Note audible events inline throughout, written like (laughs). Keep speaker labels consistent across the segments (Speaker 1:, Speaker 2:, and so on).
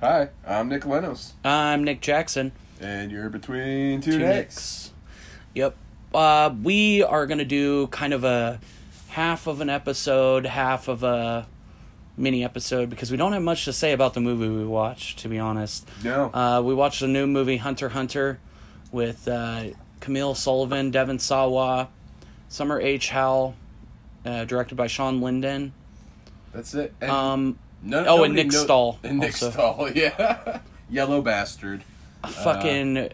Speaker 1: Hi, I'm Nick Lenos,
Speaker 2: I'm Nick Jackson.
Speaker 1: and you're between two,
Speaker 2: Two
Speaker 1: necks.
Speaker 2: Nicks. Yep. Uh, we are going to do kind of a half of an episode, half of a mini episode because we don't have much to say about the movie we watched, to be honest.
Speaker 1: No,
Speaker 2: Uh, we watched the new movie Hunter x Hunter with uh, Camille Sullivan, Devin Sawa, Summer H. Howell, uh, directed by Sean Linden.
Speaker 1: that's it. And
Speaker 2: Um,
Speaker 1: no-
Speaker 2: oh, and
Speaker 1: nobody
Speaker 2: Nick Stahl
Speaker 1: And Nick
Speaker 2: also.
Speaker 1: Stahl, (laughs) yeah. Yellow bastard.
Speaker 2: fucking
Speaker 1: Uh,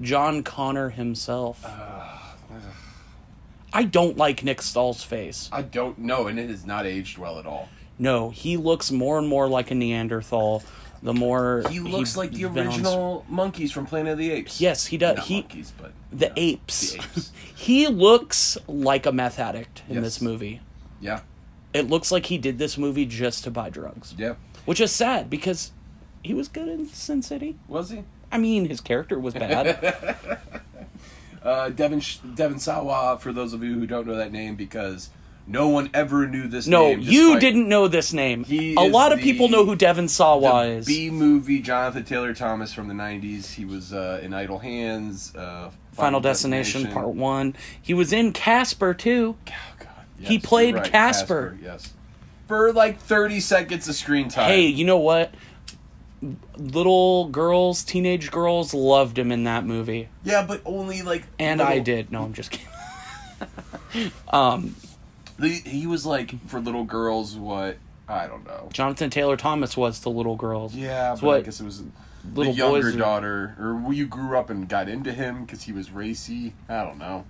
Speaker 2: John Connor himself. I don't like Nick Stahl's face.
Speaker 1: I don't know, and it has not aged well at all.
Speaker 2: No, he looks more and more like a Neanderthal. The more
Speaker 1: He looks like the
Speaker 2: he's been on s-
Speaker 1: original monkeys from Planet of the Apes.
Speaker 2: Yes, he does.
Speaker 1: Not
Speaker 2: He
Speaker 1: monkeys, but
Speaker 2: the
Speaker 1: you know,
Speaker 2: apes.
Speaker 1: The apes. (laughs)
Speaker 2: (laughs) he looks like a meth addict in
Speaker 1: Yes.
Speaker 2: this movie.
Speaker 1: yeah,
Speaker 2: It looks like he did this movie just to buy drugs,
Speaker 1: yeah.
Speaker 2: which is sad because he was good in Sin City.
Speaker 1: Was he?
Speaker 2: I mean, his character
Speaker 1: (laughs)
Speaker 2: was bad.
Speaker 1: Uh, Devin Sh- Devin Sawa. For those of you who don't know that name, because no one ever knew this.
Speaker 2: no,
Speaker 1: name,
Speaker 2: you
Speaker 1: despite-
Speaker 2: didn't know this name.
Speaker 1: He
Speaker 2: A
Speaker 1: is
Speaker 2: lot of
Speaker 1: the-
Speaker 2: people know who Devin Sawa
Speaker 1: the
Speaker 2: is.
Speaker 1: B movie Jonathan Taylor Thomas from the '90s. He was uh, in Idle Hands, uh,
Speaker 2: Final Destination, Part One. He was in Casper too.
Speaker 1: Oh, God.
Speaker 2: He
Speaker 1: you're
Speaker 2: played Casper.
Speaker 1: Yes, for like 30 seconds of screen time.
Speaker 2: Hey, you know what? Little girls, teenage girls loved him in that movie,
Speaker 1: yeah, but only like.
Speaker 2: and
Speaker 1: little-
Speaker 2: I did. No, I'm just kidding. (laughs)
Speaker 1: The, he was like for little girls. What I don't know.
Speaker 2: Jonathan Taylor Thomas was the little girls.
Speaker 1: Yeah,
Speaker 2: It's
Speaker 1: but I
Speaker 2: what
Speaker 1: guess it was the
Speaker 2: little
Speaker 1: younger
Speaker 2: boys are-
Speaker 1: daughter, or you grew up and got into him because he was racy. I don't know.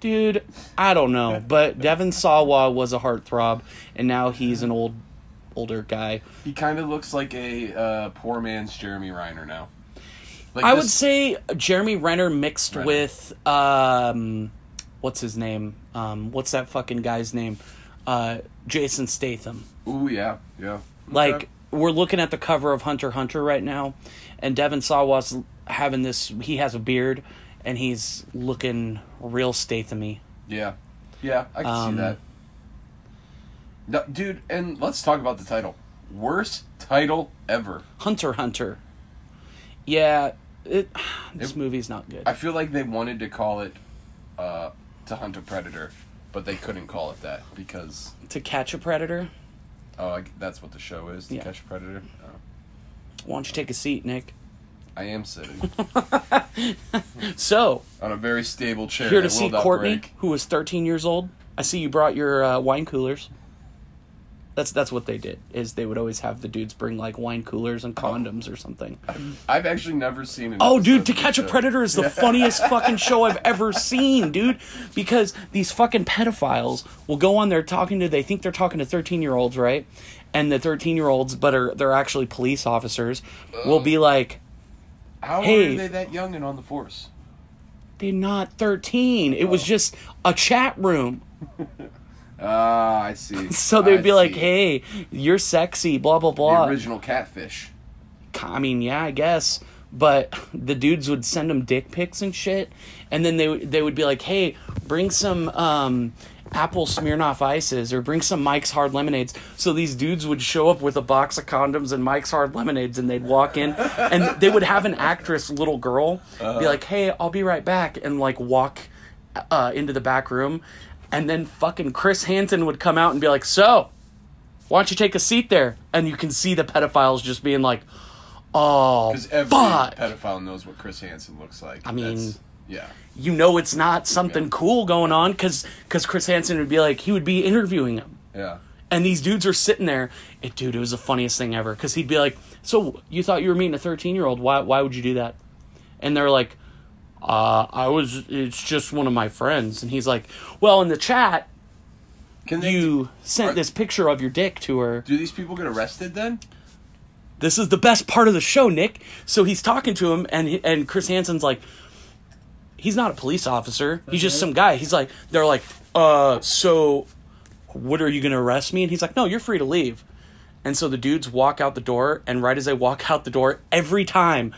Speaker 2: dude. I don't know, but Devin Sawa was a heartthrob, and now he's an old, older guy.
Speaker 1: He kind of looks like a uh, poor man's Jeremy Reiner now. Like
Speaker 2: I
Speaker 1: this-
Speaker 2: would say Jeremy Renner mixed
Speaker 1: Renner.
Speaker 2: with um, what's his name? Um, what's that fucking guy's name? Uh, Jason Statham.
Speaker 1: Ooh yeah, yeah.
Speaker 2: Like
Speaker 1: Okay.
Speaker 2: we're looking at the cover of Hunter x Hunter right now, and Devin Sawa's having this. He has a beard, and he's looking real Statham-y.
Speaker 1: Yeah, yeah, I can
Speaker 2: Um,
Speaker 1: see that. No, dude, and let's talk about the title. Worst title ever.
Speaker 2: Hunter x Hunter. Yeah, it, (sighs) this
Speaker 1: It-
Speaker 2: movie's not good.
Speaker 1: I feel like they wanted to call it uh, "To Hunt a Predator," but they couldn't call it that because
Speaker 2: to catch a predator,
Speaker 1: oh, I, that's what the show is to
Speaker 2: Yeah.
Speaker 1: catch a predator. Oh.
Speaker 2: why don't you take a seat, Nick?
Speaker 1: I am sitting
Speaker 2: So
Speaker 1: on a very stable chair.
Speaker 2: here to
Speaker 1: that will
Speaker 2: see
Speaker 1: not
Speaker 2: Courtney,
Speaker 1: break.
Speaker 2: who was 13 years old. I see you brought your uh, wine coolers. That's that's what they did. Is they would always have the dudes bring like wine coolers and condoms or something.
Speaker 1: I've actually never seen it.
Speaker 2: Oh, dude, To Catch a Predator is the funniest fucking show I've ever seen, dude. Because these fucking pedophiles will go on there talking to, they think they're talking to 13 year olds, right? And the 13 year olds, but are, they're actually police officers, will be like,
Speaker 1: How
Speaker 2: Hey.
Speaker 1: are they that young and on the force?
Speaker 2: they're not 13. It
Speaker 1: Oh.
Speaker 2: was just a chat room.
Speaker 1: Ah, I see.
Speaker 2: (laughs) So they'd
Speaker 1: I
Speaker 2: be like,
Speaker 1: see.
Speaker 2: hey, uh, you're sexy, blah, blah,
Speaker 1: the
Speaker 2: blah.
Speaker 1: original catfish.
Speaker 2: I mean, yeah, I guess. But (laughs) the dudes would send them dick pics and shit, and then they would- they would be like, "Hey, bring some um, apple Smirnoff ices or bring some Mike's Hard Lemonades." So these dudes would show up with a box of condoms and Mike's Hard Lemonades, and they'd walk in, and they would have an actress, little girl, be like, "Hey, I'll be right back," and like walk uh, into the back room, and then fucking Chris Hansen would come out and be like, "So, why don't you take a seat there?" And you can see the pedophiles just being like, "Oh,
Speaker 1: Because every
Speaker 2: fuck!"
Speaker 1: pedophile knows what Chris Hansen looks like. I
Speaker 2: mean-
Speaker 1: yeah,
Speaker 2: you know it's not something cool going on because Chris Hansen would be like, he would be interviewing him.
Speaker 1: yeah.
Speaker 2: And these dudes are sitting there. It, dude, it was the funniest thing ever. Because he'd be like, "So you thought you were meeting a thirteen-year-old? Why? Why would you do that?" And they're like, uh, "I was. It's just one of my friends." And he's like, "Well, in the chat,
Speaker 1: Can they,
Speaker 2: you
Speaker 1: Are-
Speaker 2: sent this picture of your dick to her.
Speaker 1: do these people get arrested then?
Speaker 2: This is the best part of the show, Nick." So he's talking to him, and he- and Chris Hansen's like, "He's not a police officer. He's just
Speaker 1: Uh-huh.
Speaker 2: some guy." He's like, "They're like, uh, so what are you going to arrest me? And he's like, no, you're free to leave. And so the dudes walk out the door, and right as they walk (laughs) out the door, every time,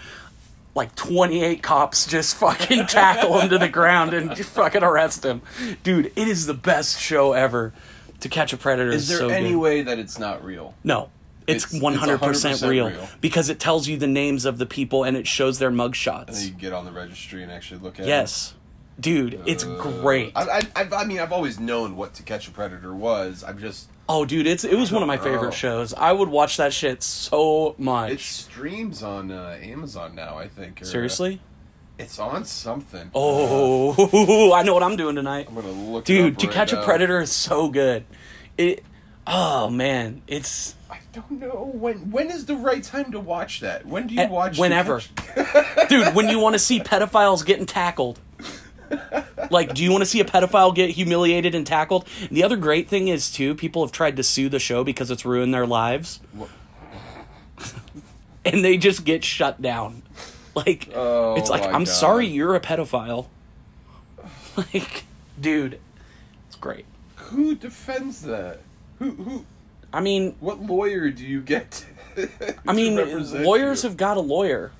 Speaker 2: like 28 cops just
Speaker 1: (laughs)
Speaker 2: fucking tackle him to the ground and just fucking arrest him. Dude, it is the best show ever. To catch a predator
Speaker 1: Is there
Speaker 2: so
Speaker 1: any
Speaker 2: good.
Speaker 1: way that it's not real?
Speaker 2: No, It's
Speaker 1: It's-
Speaker 2: one hundred percent
Speaker 1: it's 100%
Speaker 2: real
Speaker 1: real.
Speaker 2: because it tells you the names of the people and it shows their mugshots.
Speaker 1: And you can get on the registry and actually look at it.
Speaker 2: Yes, dude, it's great.
Speaker 1: I, I, I, I mean, I've always known what To Catch a Predator was. I'm just
Speaker 2: oh, dude, it's it was one of my favorite
Speaker 1: Oh.
Speaker 2: shows. I would watch that shit so much.
Speaker 1: it streams on uh, Amazon now. I think or, uh,
Speaker 2: Seriously?
Speaker 1: it's on something.
Speaker 2: Oh, (laughs) I know what I'm doing tonight.
Speaker 1: I'm gonna look. it
Speaker 2: Dude,
Speaker 1: up
Speaker 2: To
Speaker 1: right
Speaker 2: Catch a
Speaker 1: now.
Speaker 2: Predator is so good. It, oh man, it's
Speaker 1: I don't know when. When is the right time to watch that? When do you
Speaker 2: Eh,
Speaker 1: watch? To
Speaker 2: whenever.
Speaker 1: Catch-
Speaker 2: (laughs) dude when you want to see pedophiles getting tackled. Like, do you want to see a pedophile get humiliated and tackled? The other great thing is too, people have tried to sue the show because it's ruined their lives,
Speaker 1: Wha-
Speaker 2: (laughs) and they just get shut down. Like,
Speaker 1: Oh,
Speaker 2: it's like
Speaker 1: my
Speaker 2: I'm
Speaker 1: God.
Speaker 2: sorry, you're a pedophile. (laughs) Like, dude, it's great.
Speaker 1: Who defends that? Who who?
Speaker 2: I mean,
Speaker 1: What lawyer do you get? to-
Speaker 2: (laughs)
Speaker 1: to
Speaker 2: I mean,
Speaker 1: represent
Speaker 2: lawyers
Speaker 1: you?
Speaker 2: have got a lawyer.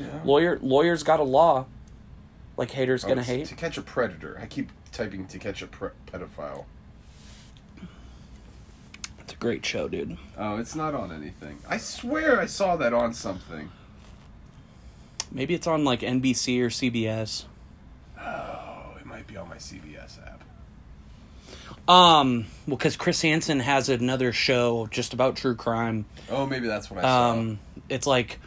Speaker 1: Yeah.
Speaker 2: Lawyer, lawyers got a law. Like haters gonna
Speaker 1: It's
Speaker 2: hate.
Speaker 1: Oh, To Catch a Predator. I keep typing To Catch a pre- Pedophile.
Speaker 2: It's a great show, dude.
Speaker 1: Oh, it's not on anything. I swear I saw that on something.
Speaker 2: Maybe it's on like NBC or CBS.
Speaker 1: Oh, it might be on my CBS app.
Speaker 2: Um, well, because Chris Hansen has another show just about true crime.
Speaker 1: Oh, maybe that's what I saw.
Speaker 2: Um, it's like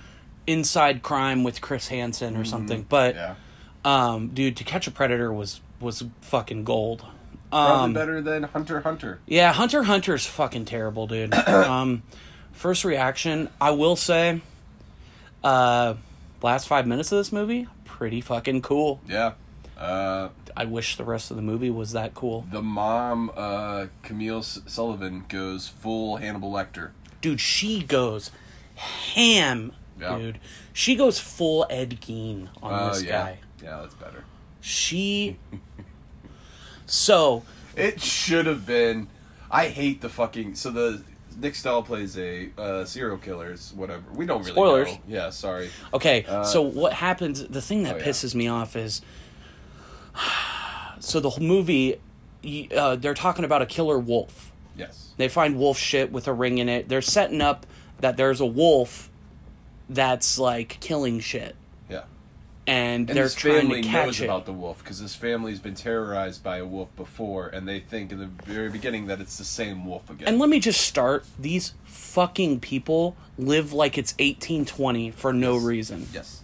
Speaker 2: Inside Crime with Chris Hansen or something. But
Speaker 1: yeah,
Speaker 2: um, dude, To Catch a Predator was was fucking gold.
Speaker 1: probably
Speaker 2: Um,
Speaker 1: better than Hunter x Hunter.
Speaker 2: Yeah, Hunter x Hunter's fucking terrible,
Speaker 1: (clears throat)
Speaker 2: dude. um, first reaction, I will say, uh, last five minutes of this movie, pretty fucking cool.
Speaker 1: Yeah. Uh,
Speaker 2: I wish the rest of the movie was that cool,
Speaker 1: the mom, uh, Camille S- Sullivan, goes full Hannibal Lecter.
Speaker 2: dude. She goes ham,
Speaker 1: Yeah.
Speaker 2: dude. She goes full Ed Gein on
Speaker 1: Oh,
Speaker 2: this
Speaker 1: yeah.
Speaker 2: guy.
Speaker 1: Yeah, that's better.
Speaker 2: She. so
Speaker 1: It should have been. I hate the fucking. So the Nick Stahl plays a uh, serial killer. It's whatever. We don't really
Speaker 2: Spoilers.
Speaker 1: know. Yeah, sorry.
Speaker 2: Okay, so what happens? The thing
Speaker 1: Uh,
Speaker 2: that
Speaker 1: oh, yeah.
Speaker 2: pisses me off is, (sighs) so the whole movie, y- uh, they're talking about a killer wolf.
Speaker 1: Yes.
Speaker 2: They find wolf shit with a ring in it. They're setting up that there's a wolf that's like killing shit,
Speaker 1: Yeah.
Speaker 2: and,
Speaker 1: And
Speaker 2: they're
Speaker 1: this
Speaker 2: trying
Speaker 1: family
Speaker 2: to catch
Speaker 1: knows
Speaker 2: it.
Speaker 1: about the wolf because this family's been terrorized by a wolf before, and they think in the very beginning that it's the same wolf again.
Speaker 2: and let me just start: these fucking people live like it's 1820 for no reason.
Speaker 1: Yes.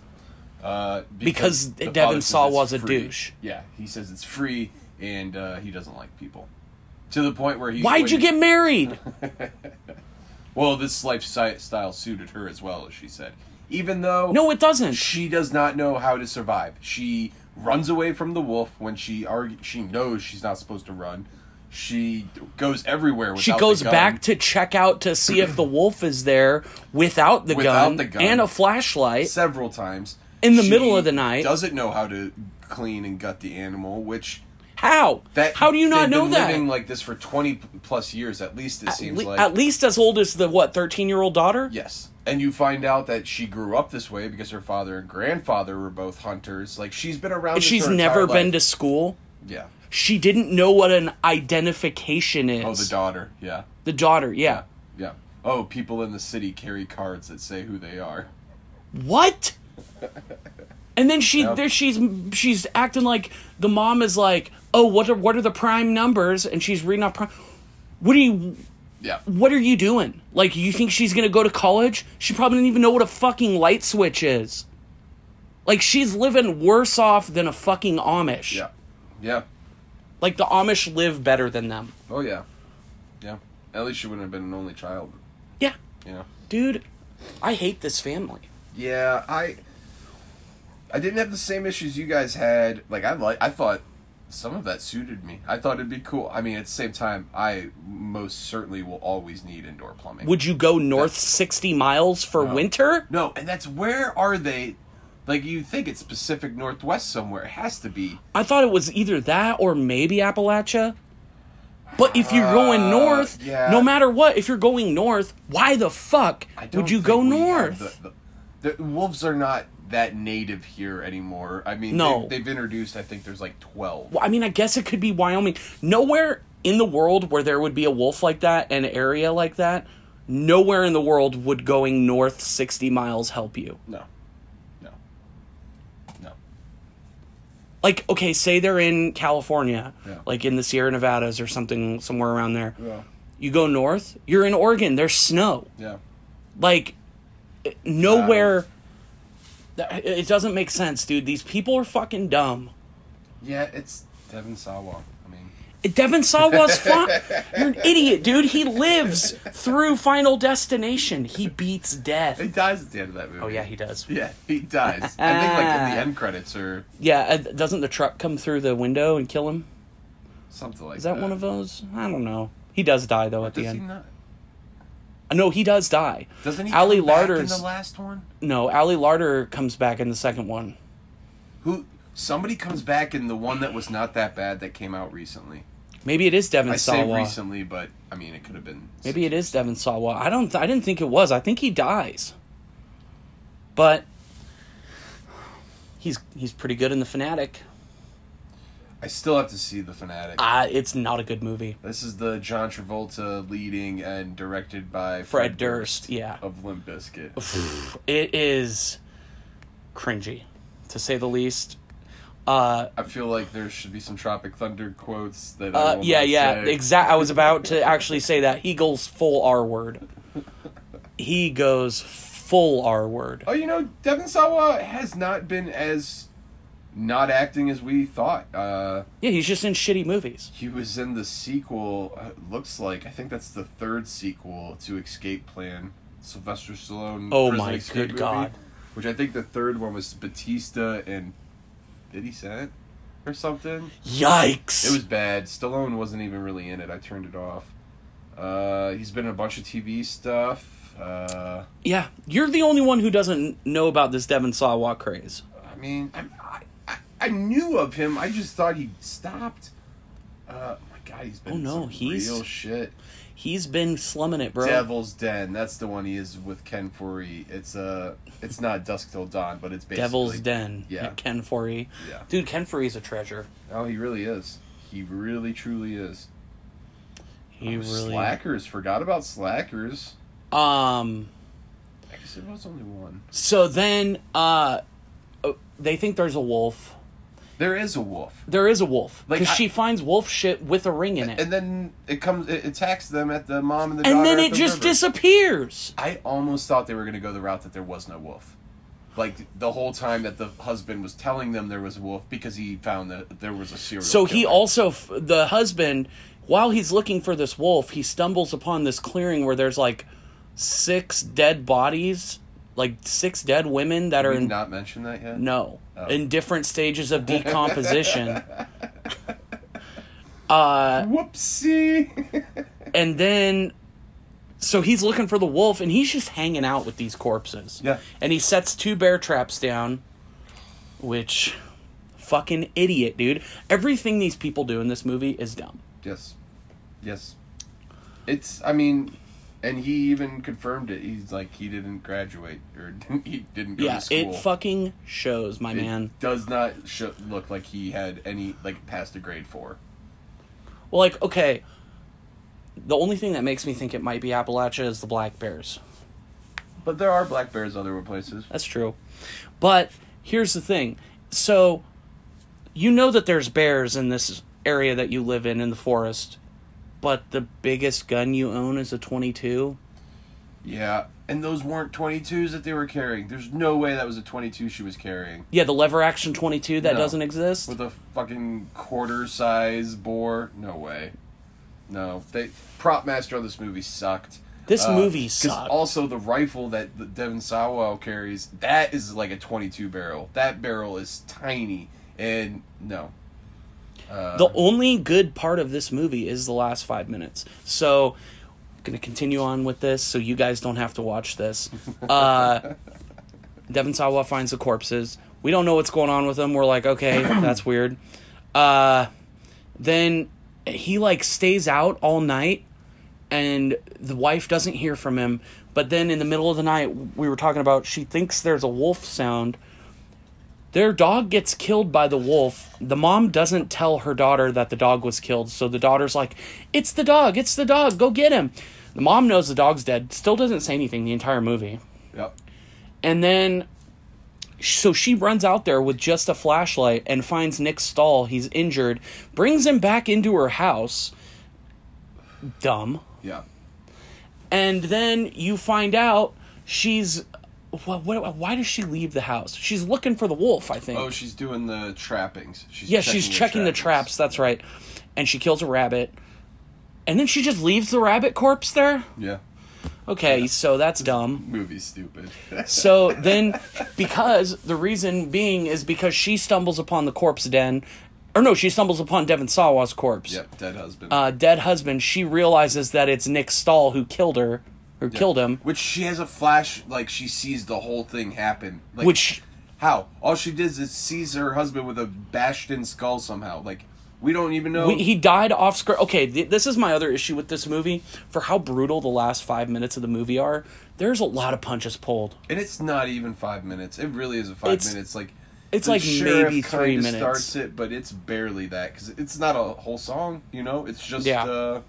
Speaker 1: Uh,
Speaker 2: Because
Speaker 1: the
Speaker 2: Devin
Speaker 1: father says
Speaker 2: Saw
Speaker 1: it's
Speaker 2: was a
Speaker 1: free.
Speaker 2: douche.
Speaker 1: Yeah, he says it's free, and uh, he doesn't like people. To the point where he.
Speaker 2: Why'd you
Speaker 1: (laughs)
Speaker 2: get married?
Speaker 1: Well, this lifestyle suited her as well, as she said. Even though
Speaker 2: No, it doesn't.
Speaker 1: she does not know how to survive. She runs away from the wolf when she argue, she knows she's not supposed to run. She goes everywhere. Without
Speaker 2: She goes
Speaker 1: the gun.
Speaker 2: back to check out to see if the wolf is there without the,
Speaker 1: Without
Speaker 2: gun,
Speaker 1: the gun.
Speaker 2: and a flashlight.
Speaker 1: several times
Speaker 2: In the
Speaker 1: She
Speaker 2: middle of the night.
Speaker 1: Doesn't know how to clean and gut the animal, which
Speaker 2: How?
Speaker 1: That
Speaker 2: How do you not
Speaker 1: they've
Speaker 2: know
Speaker 1: been
Speaker 2: that?
Speaker 1: Living like this for twenty p- plus years, at least it seems
Speaker 2: Le-
Speaker 1: like.
Speaker 2: At least as old as the what thirteen year old daughter.
Speaker 1: yes, and you find out that she grew up this way because her father and grandfather were both hunters. Like she's been around. this
Speaker 2: She's
Speaker 1: her entire
Speaker 2: never been
Speaker 1: life.
Speaker 2: to school.
Speaker 1: Yeah.
Speaker 2: She didn't know what an identification is.
Speaker 1: Oh, the daughter. Yeah.
Speaker 2: The daughter. Yeah.
Speaker 1: Yeah. Oh, people in the city carry cards that say who they are. (laughs)
Speaker 2: What? And then she
Speaker 1: Yep.
Speaker 2: there she's she's acting like the mom is like, oh, what are what are the prime numbers? And she's reading off prime. What do you?
Speaker 1: Yeah.
Speaker 2: what are you doing? Like, you think she's gonna go to college? She probably didn't even know what a fucking light switch is. Like, she's living worse off than a fucking Amish.
Speaker 1: Yeah. Yeah.
Speaker 2: Like, the Amish live better than them.
Speaker 1: Oh yeah. Yeah. At least she wouldn't have been an only child.
Speaker 2: Yeah.
Speaker 1: You know.
Speaker 2: Dude, I hate this family.
Speaker 1: Yeah, I I didn't have the same issues you guys had. Like I like I thought some of that suited me. I thought it'd be cool. I mean, at the same time, I most certainly will always need indoor plumbing.
Speaker 2: Would you go north 60 miles for winter?
Speaker 1: no, and that's where are they? Like you think it's Pacific Northwest somewhere? It has to be.
Speaker 2: I thought it was either that or maybe Appalachia. But if you're going
Speaker 1: Uh,
Speaker 2: north,
Speaker 1: yeah.
Speaker 2: no matter what, if you're going north, why the fuck
Speaker 1: I don't
Speaker 2: would you
Speaker 1: think
Speaker 2: go
Speaker 1: we have
Speaker 2: north?
Speaker 1: The, the, the wolves are not that native here anymore. I mean,
Speaker 2: No.
Speaker 1: they, they've introduced. I think there's like twelve.
Speaker 2: Well, I mean, I guess it could be Wyoming. Nowhere in the world where there would be a wolf like that, an area like that, nowhere in the world would going north 60 miles help you.
Speaker 1: No. No. No.
Speaker 2: Like, okay, say they're in California,
Speaker 1: Yeah.
Speaker 2: like in the Sierra Nevadas or something, somewhere around there.
Speaker 1: Yeah.
Speaker 2: You go north, you're in Oregon, there's snow.
Speaker 1: Yeah.
Speaker 2: Like, it- nowhere. that- It it doesn't make sense, dude. These people are fucking dumb.
Speaker 1: Yeah, it's Devin Sawa. I mean, (laughs)
Speaker 2: Devin Sawa's fine. You're an idiot, dude. He lives through Final Destination. He beats death.
Speaker 1: he dies at the end of that movie.
Speaker 2: Oh yeah, he does.
Speaker 1: Yeah, he dies. I think like in the end credits or
Speaker 2: Yeah, uh, doesn't the truck come through the window and kill him?
Speaker 1: something like
Speaker 2: Is that one of those? I don't know. He does die though at
Speaker 1: Does
Speaker 2: the
Speaker 1: he
Speaker 2: end. Uh,
Speaker 1: not?
Speaker 2: No, he does die.
Speaker 1: Doesn't he?
Speaker 2: Ali
Speaker 1: come back in
Speaker 2: Larder's
Speaker 1: the last one.
Speaker 2: no. Ali Larder comes back in the second one.
Speaker 1: Who? Somebody comes back in the one that was not that bad that came out recently.
Speaker 2: Maybe it is Devin
Speaker 1: I say
Speaker 2: Sawa.
Speaker 1: recently, but I mean it could have been.
Speaker 2: Maybe it is Devin Sawa. I don't. I didn't think it was. I think he dies. But he's he's pretty good in the Fanatic.
Speaker 1: I still have to see the fanatic.
Speaker 2: Ah, it's not a good movie.
Speaker 1: this is the John Travolta leading and directed by
Speaker 2: Fred Durst. Yeah,
Speaker 1: of Limp Bizkit.
Speaker 2: it is cringy, to say the least. Uh,
Speaker 1: I feel like there should be some Tropic Thunder quotes that. I
Speaker 2: Uh,
Speaker 1: will
Speaker 2: yeah,
Speaker 1: not
Speaker 2: yeah.
Speaker 1: say.
Speaker 2: Exact. I was about to actually say that he goes full R
Speaker 1: (laughs)
Speaker 2: word. He goes full R word.
Speaker 1: Oh, you know, Devin Sawa has not been as not acting as we thought. Uh,
Speaker 2: Yeah, he's just in shitty movies.
Speaker 1: he was in the sequel. Uh, looks like I think that's the third sequel to Escape Plan. Sylvester Stallone.
Speaker 2: Oh
Speaker 1: prison
Speaker 2: my
Speaker 1: escape
Speaker 2: good God.
Speaker 1: Which I think the third one was Batista and Fifty Cent or something.
Speaker 2: Yikes!
Speaker 1: It was bad. Stallone wasn't even really in it. I turned it off. Uh, he's been in a bunch of TV stuff. Uh,
Speaker 2: yeah, you're the only one who doesn't know about this Devin Sawa craze.
Speaker 1: I mean, I, I- I, I knew of him. I just thought he stopped. Uh, my God, he's been
Speaker 2: Oh,
Speaker 1: in
Speaker 2: no,
Speaker 1: some
Speaker 2: he's-
Speaker 1: real shit.
Speaker 2: He's been slumming it, bro.
Speaker 1: Devil's Den. That's the one he is with Ken Foree. It's uh, it's not Dusk Till Dawn, but it's basically
Speaker 2: Devil's Den.
Speaker 1: Yeah.
Speaker 2: Ken Foree.
Speaker 1: Yeah.
Speaker 2: Dude, Ken Foree's a treasure.
Speaker 1: Oh, he really is. He really, truly is.
Speaker 2: He really.
Speaker 1: Slackers. Forgot about Slackers.
Speaker 2: Um.
Speaker 1: I guess it was only one.
Speaker 2: So then, uh, uh, they think there's a wolf.
Speaker 1: There is a wolf.
Speaker 2: There is a wolf
Speaker 1: Like,
Speaker 2: because
Speaker 1: I-
Speaker 2: she finds wolf shit with a ring in it,
Speaker 1: And then it comes, it attacks them at the mom and the
Speaker 2: and
Speaker 1: daughter
Speaker 2: then
Speaker 1: at
Speaker 2: it
Speaker 1: the
Speaker 2: just
Speaker 1: river.
Speaker 2: disappears.
Speaker 1: I almost thought they were going to go the route that there was no wolf. Like the whole time that the husband was telling them there was a wolf because he found that there was a serial.
Speaker 2: So he
Speaker 1: killer.
Speaker 2: also, f- the husband, while he's looking for this wolf, he stumbles upon this clearing where there's like six dead bodies, like six dead women that are
Speaker 1: Did we (laughs)
Speaker 2: in
Speaker 1: not mention that yet.
Speaker 2: no
Speaker 1: Oh.
Speaker 2: in different stages
Speaker 1: (laughs)
Speaker 2: of decomposition. uh,
Speaker 1: Whoopsie. (laughs)
Speaker 2: and then, so he's looking for the wolf, and he's just hanging out with these corpses.
Speaker 1: Yeah.
Speaker 2: and he sets two bear traps down, which fucking idiot, dude. Everything these people do in this movie is dumb.
Speaker 1: yes. Yes. It's. I mean, and he even confirmed it. He's like he didn't graduate or (laughs) didn't, he didn't go
Speaker 2: yeah,
Speaker 1: to school.
Speaker 2: it fucking shows, my man.
Speaker 1: It does not sh- look like he had any like past a grade four.
Speaker 2: Well, like, okay. The only thing that makes me think it might be Appalachia is the black bears.
Speaker 1: But there are black bears other places.
Speaker 2: That's true. But here's the thing. So you know that there's bears in this area that you live in in the forest, but the biggest gun you own is a 22.
Speaker 1: Yeah, and those weren't 22s that they were carrying. There's no way that was a 22 she was carrying.
Speaker 2: Yeah, the lever action 22 that
Speaker 1: No.
Speaker 2: doesn't exist.
Speaker 1: With a fucking quarter size bore? No way. No. They prop master on this movie sucked. Uh,
Speaker 2: This movie
Speaker 1: 'cause
Speaker 2: sucked.
Speaker 1: Also the rifle that the Devin Sawa carries, that is like a 22 barrel. That barrel is tiny and no.
Speaker 2: the only good part of this movie is the last five minutes. So, going to continue on with this so you guys don't have to watch this. Uh, Devin Sawa finds the corpses. We don't know what's going on with them. We're like, okay, that's weird. Uh, then he like stays out all night, and the wife doesn't hear from him. But then in the middle of the night, we were talking about she thinks there's a wolf sound. Their dog gets killed by the wolf. The mom doesn't tell her daughter that the dog was killed, so the daughter's like, "It's the dog! It's the dog! Go get him!" The mom knows the dog's dead, still doesn't say anything the entire movie.
Speaker 1: Yep.
Speaker 2: And then, so she runs out there with just a flashlight and finds Nick's stall. He's injured, brings him back into her house. Dumb.
Speaker 1: Yeah.
Speaker 2: And then you find out she's. What, what, why does she leave the house? She's looking for the wolf, I think.
Speaker 1: Oh, she's doing the trappings. She's
Speaker 2: yeah, she's checking the
Speaker 1: trappings.
Speaker 2: traps, that's right. And she kills a rabbit. And then she just leaves the rabbit corpse there?
Speaker 1: Yeah.
Speaker 2: Okay, so that's dumb.
Speaker 1: Movie's stupid.
Speaker 2: So then, because the reason being is because she stumbles upon the corpse den, or no, she stumbles upon Devin Sawa's corpse.
Speaker 1: yep, dead husband.
Speaker 2: Uh, dead husband. She realizes that it's Nick Stahl who killed her, or killed him.
Speaker 1: Which she has a flash, like she sees the whole thing happen. Like,
Speaker 2: Which
Speaker 1: how? All she does is sees her husband with a bashed in skull somehow. Like we don't even know.
Speaker 2: we, he died off screen. Okay, th- this is my other issue with this movie. For how brutal the last five minutes of the movie are, there's a lot of punches pulled.
Speaker 1: and it's not even five minutes. It really is a five
Speaker 2: It's-
Speaker 1: minutes. Like
Speaker 2: it's
Speaker 1: the
Speaker 2: like
Speaker 1: sheriff
Speaker 2: maybe three
Speaker 1: kinda
Speaker 2: minutes.
Speaker 1: Starts it, but it's barely that because it's not a whole song. You know, it's just.
Speaker 2: Yeah.
Speaker 1: Uh,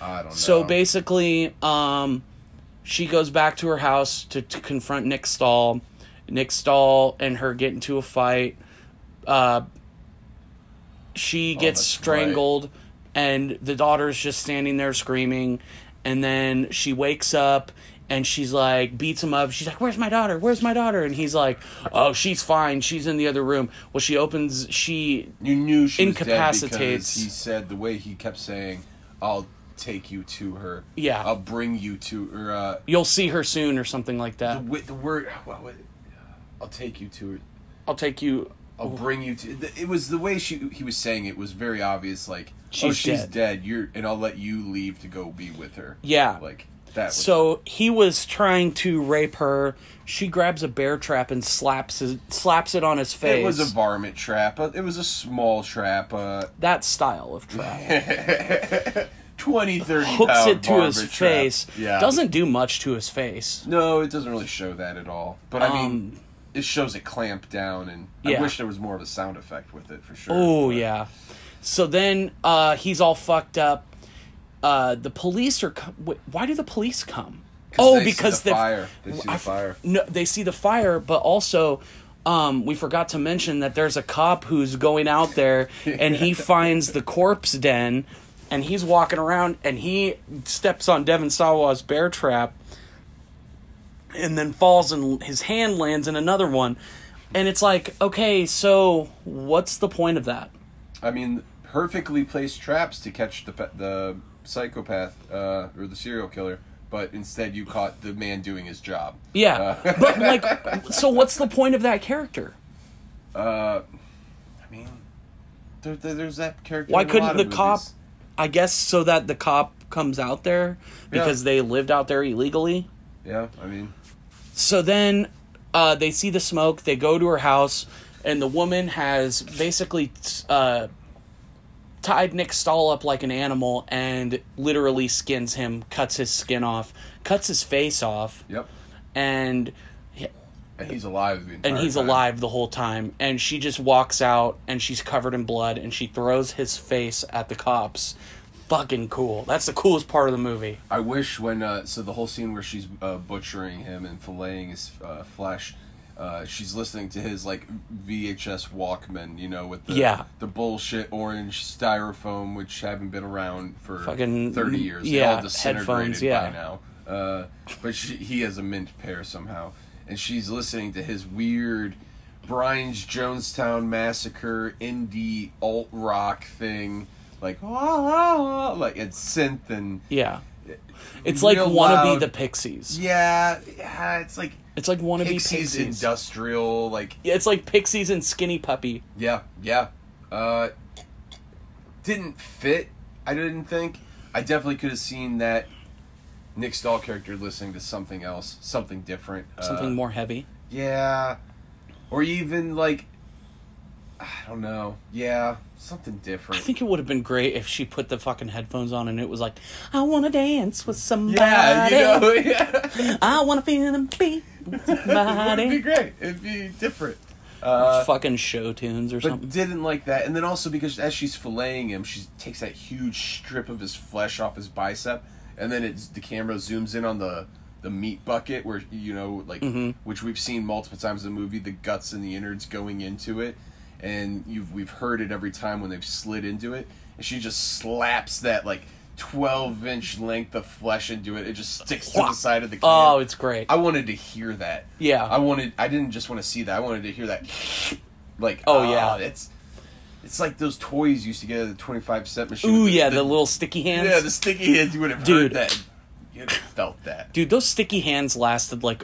Speaker 1: I don't know.
Speaker 2: So basically, um, she goes back to her house to, to confront Nick Stahl. Nick Stahl and her get into a fight. Uh, she gets
Speaker 1: Oh, that's
Speaker 2: strangled, and the daughter's just standing there screaming. And then she wakes up and she's like, beats him up. She's like, Where's my daughter? Where's my daughter? And he's like, Oh, she's fine. She's in the other room. Well, she opens, she
Speaker 1: you knew she was dead
Speaker 2: incapacitates-
Speaker 1: because he said the way he kept saying, "I'll take you to her.
Speaker 2: Yeah.
Speaker 1: I'll bring you to her." Uh,
Speaker 2: You'll see her soon, or something like that.
Speaker 1: with the word, what was it? I'll take you to her.
Speaker 2: I'll take you.
Speaker 1: I'll bring you to. th- It was the way she he was saying it was very obvious. Like, oh,
Speaker 2: She's
Speaker 1: she's
Speaker 2: dead.
Speaker 1: dead. You're and I'll let you leave to go be with her.
Speaker 2: Yeah.
Speaker 1: like that. Was,
Speaker 2: So he was trying to rape her. She grabs a bear trap and slaps his, slaps it on his face.
Speaker 1: it was a varmint trap. Uh, It was a small trap. Uh,
Speaker 2: that style
Speaker 1: (laughs)
Speaker 2: of trap.
Speaker 1: 20, 30
Speaker 2: Hooks
Speaker 1: pound
Speaker 2: it to his
Speaker 1: varmint trap.
Speaker 2: face.
Speaker 1: Yeah,
Speaker 2: Doesn't do much to his face.
Speaker 1: No, it doesn't really show that at all. But I mean, it shows it clamped down, and
Speaker 2: Um, Yeah.
Speaker 1: I wish there was more of a sound effect with it for sure.
Speaker 2: Oh
Speaker 1: but-
Speaker 2: yeah. So then uh, he's all fucked up. Uh, the police are. Co- wait, why do the police come?
Speaker 1: 'Cause
Speaker 2: Oh,
Speaker 1: they see
Speaker 2: because
Speaker 1: the
Speaker 2: the
Speaker 1: fire. They see the
Speaker 2: I f-
Speaker 1: fire.
Speaker 2: No, they see the fire, but also. Um, we forgot to mention that there's a cop who's going
Speaker 1: (laughs)
Speaker 2: out there and he finds the corpse den and he's walking around and he steps on Devin Sawa's bear trap and then falls and his hand lands in another one. And it's like, okay, so what's the point of that?
Speaker 1: I mean, perfectly placed traps to catch the pe- the psychopath uh, or the serial killer, but instead you caught the man doing his job.
Speaker 2: Yeah.
Speaker 1: Uh.
Speaker 2: but like so what's the point of that character?
Speaker 1: I mean, there, there- there's that character.
Speaker 2: Why
Speaker 1: in a lot
Speaker 2: couldn't the
Speaker 1: of
Speaker 2: cop
Speaker 1: movies.
Speaker 2: I guess so that the cop comes out there because they lived out there illegally.
Speaker 1: Yeah, I mean,
Speaker 2: So then uh, they see the smoke, they go to her house and the woman has basically uh, tied Nick Stahl up like an animal and literally skins him, cuts his skin off, cuts his face off
Speaker 1: yep.
Speaker 2: and
Speaker 1: And he's alive. The entire
Speaker 2: and he's
Speaker 1: time.
Speaker 2: alive the whole time and she just walks out and she's covered in blood and she throws his face at the cops fucking cool that's the coolest part of the movie
Speaker 1: I wish when uh, so the whole scene where she's uh, butchering him and filleting his uh, flesh. Uh, she's listening to his like VHS Walkman, you know, with the
Speaker 2: Yeah.
Speaker 1: the bullshit orange styrofoam, which haven't been around for
Speaker 2: Fucking-
Speaker 1: thirty years.
Speaker 2: yeah,
Speaker 1: they all disintegrated
Speaker 2: headphones,
Speaker 1: by
Speaker 2: yeah.
Speaker 1: now. Uh, but she, he has a mint pair somehow, and she's listening to his weird Brian's Jonestown Massacre indie alt rock thing, like "Ah, ah, ah," like it's synth and
Speaker 2: yeah it's like
Speaker 1: Real
Speaker 2: wannabe
Speaker 1: loud.
Speaker 2: the pixies
Speaker 1: um, yeah, yeah, it's like
Speaker 2: it's like wannabe
Speaker 1: Pixies
Speaker 2: pixies,
Speaker 1: industrial, like
Speaker 2: Yeah, it's like pixies and skinny puppy
Speaker 1: yeah, yeah. Uh, didn't fit. I didn't think. I definitely could have seen that Nick Stahl character listening to something else, something different, uh,
Speaker 2: something more heavy
Speaker 1: Yeah, or even like I don't know. Yeah, something
Speaker 2: i
Speaker 1: different.
Speaker 2: think it would have been great if she put the fucking headphones on and it was like i want to dance with somebody
Speaker 1: yeah, you know, (laughs) yeah.
Speaker 2: i want to feel the
Speaker 1: (laughs)
Speaker 2: beat with
Speaker 1: It'd be
Speaker 2: somebody
Speaker 1: great. It'd be different. Uh,
Speaker 2: fucking show tunes or something
Speaker 1: But didn't like that, and then also because as she's filleting him, she takes that huge strip of his flesh off his bicep, and then it's the camera zooms in on the the meat bucket where you know like
Speaker 2: Mm-hmm.
Speaker 1: which we've seen multiple times in the movie the guts and the innards going into it and you've we've heard it every time when they've slid into it and she just slaps that like 12 inch length of flesh into it it just sticks to the side of the can.
Speaker 2: Oh, it's great.
Speaker 1: I wanted to hear that.
Speaker 2: Yeah.
Speaker 1: I wanted. I didn't just want to see that. I wanted to hear that. (laughs) Like,
Speaker 2: Oh,
Speaker 1: ah,
Speaker 2: yeah.
Speaker 1: it's it's like those toys you used to get at the twenty five cent machine.
Speaker 2: Ooh
Speaker 1: with
Speaker 2: yeah, the little sticky hands.
Speaker 1: yeah the sticky hands. You would have
Speaker 2: Dude.
Speaker 1: heard that. You would have felt that.
Speaker 2: Dude, those sticky hands lasted like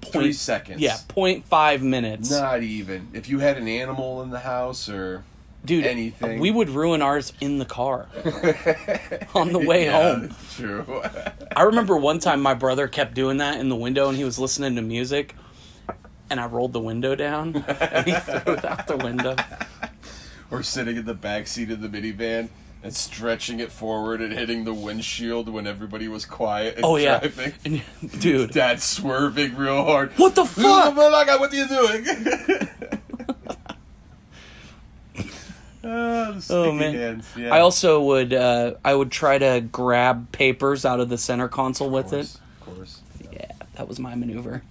Speaker 2: point,
Speaker 1: Three seconds.
Speaker 2: Yeah, point five minutes.
Speaker 1: Not even if you had an animal in the house or
Speaker 2: Dude,
Speaker 1: anything.
Speaker 2: we would ruin ours in
Speaker 1: (laughs)
Speaker 2: the car on the way
Speaker 1: Yeah,
Speaker 2: home.
Speaker 1: that's (laughs) True.
Speaker 2: I remember one time my brother kept doing that in the window and he was listening to music and I rolled the window down and he (laughs) threw it out the window.
Speaker 1: or sitting in the back seat of the minivan. And stretching it forward and hitting the windshield when everybody was quiet and
Speaker 2: Oh yeah.
Speaker 1: driving.
Speaker 2: And- Dude.
Speaker 1: Dad swerving real hard.
Speaker 2: What the fuck?
Speaker 1: Oh my God, what are you doing?
Speaker 2: (laughs)
Speaker 1: oh, the
Speaker 2: Oh
Speaker 1: sticky
Speaker 2: man.
Speaker 1: hands, yeah.
Speaker 2: I also would uh I would try to grab papers out of the center console
Speaker 1: Of
Speaker 2: with it.
Speaker 1: course, of course.
Speaker 2: Yeah, that was my maneuver.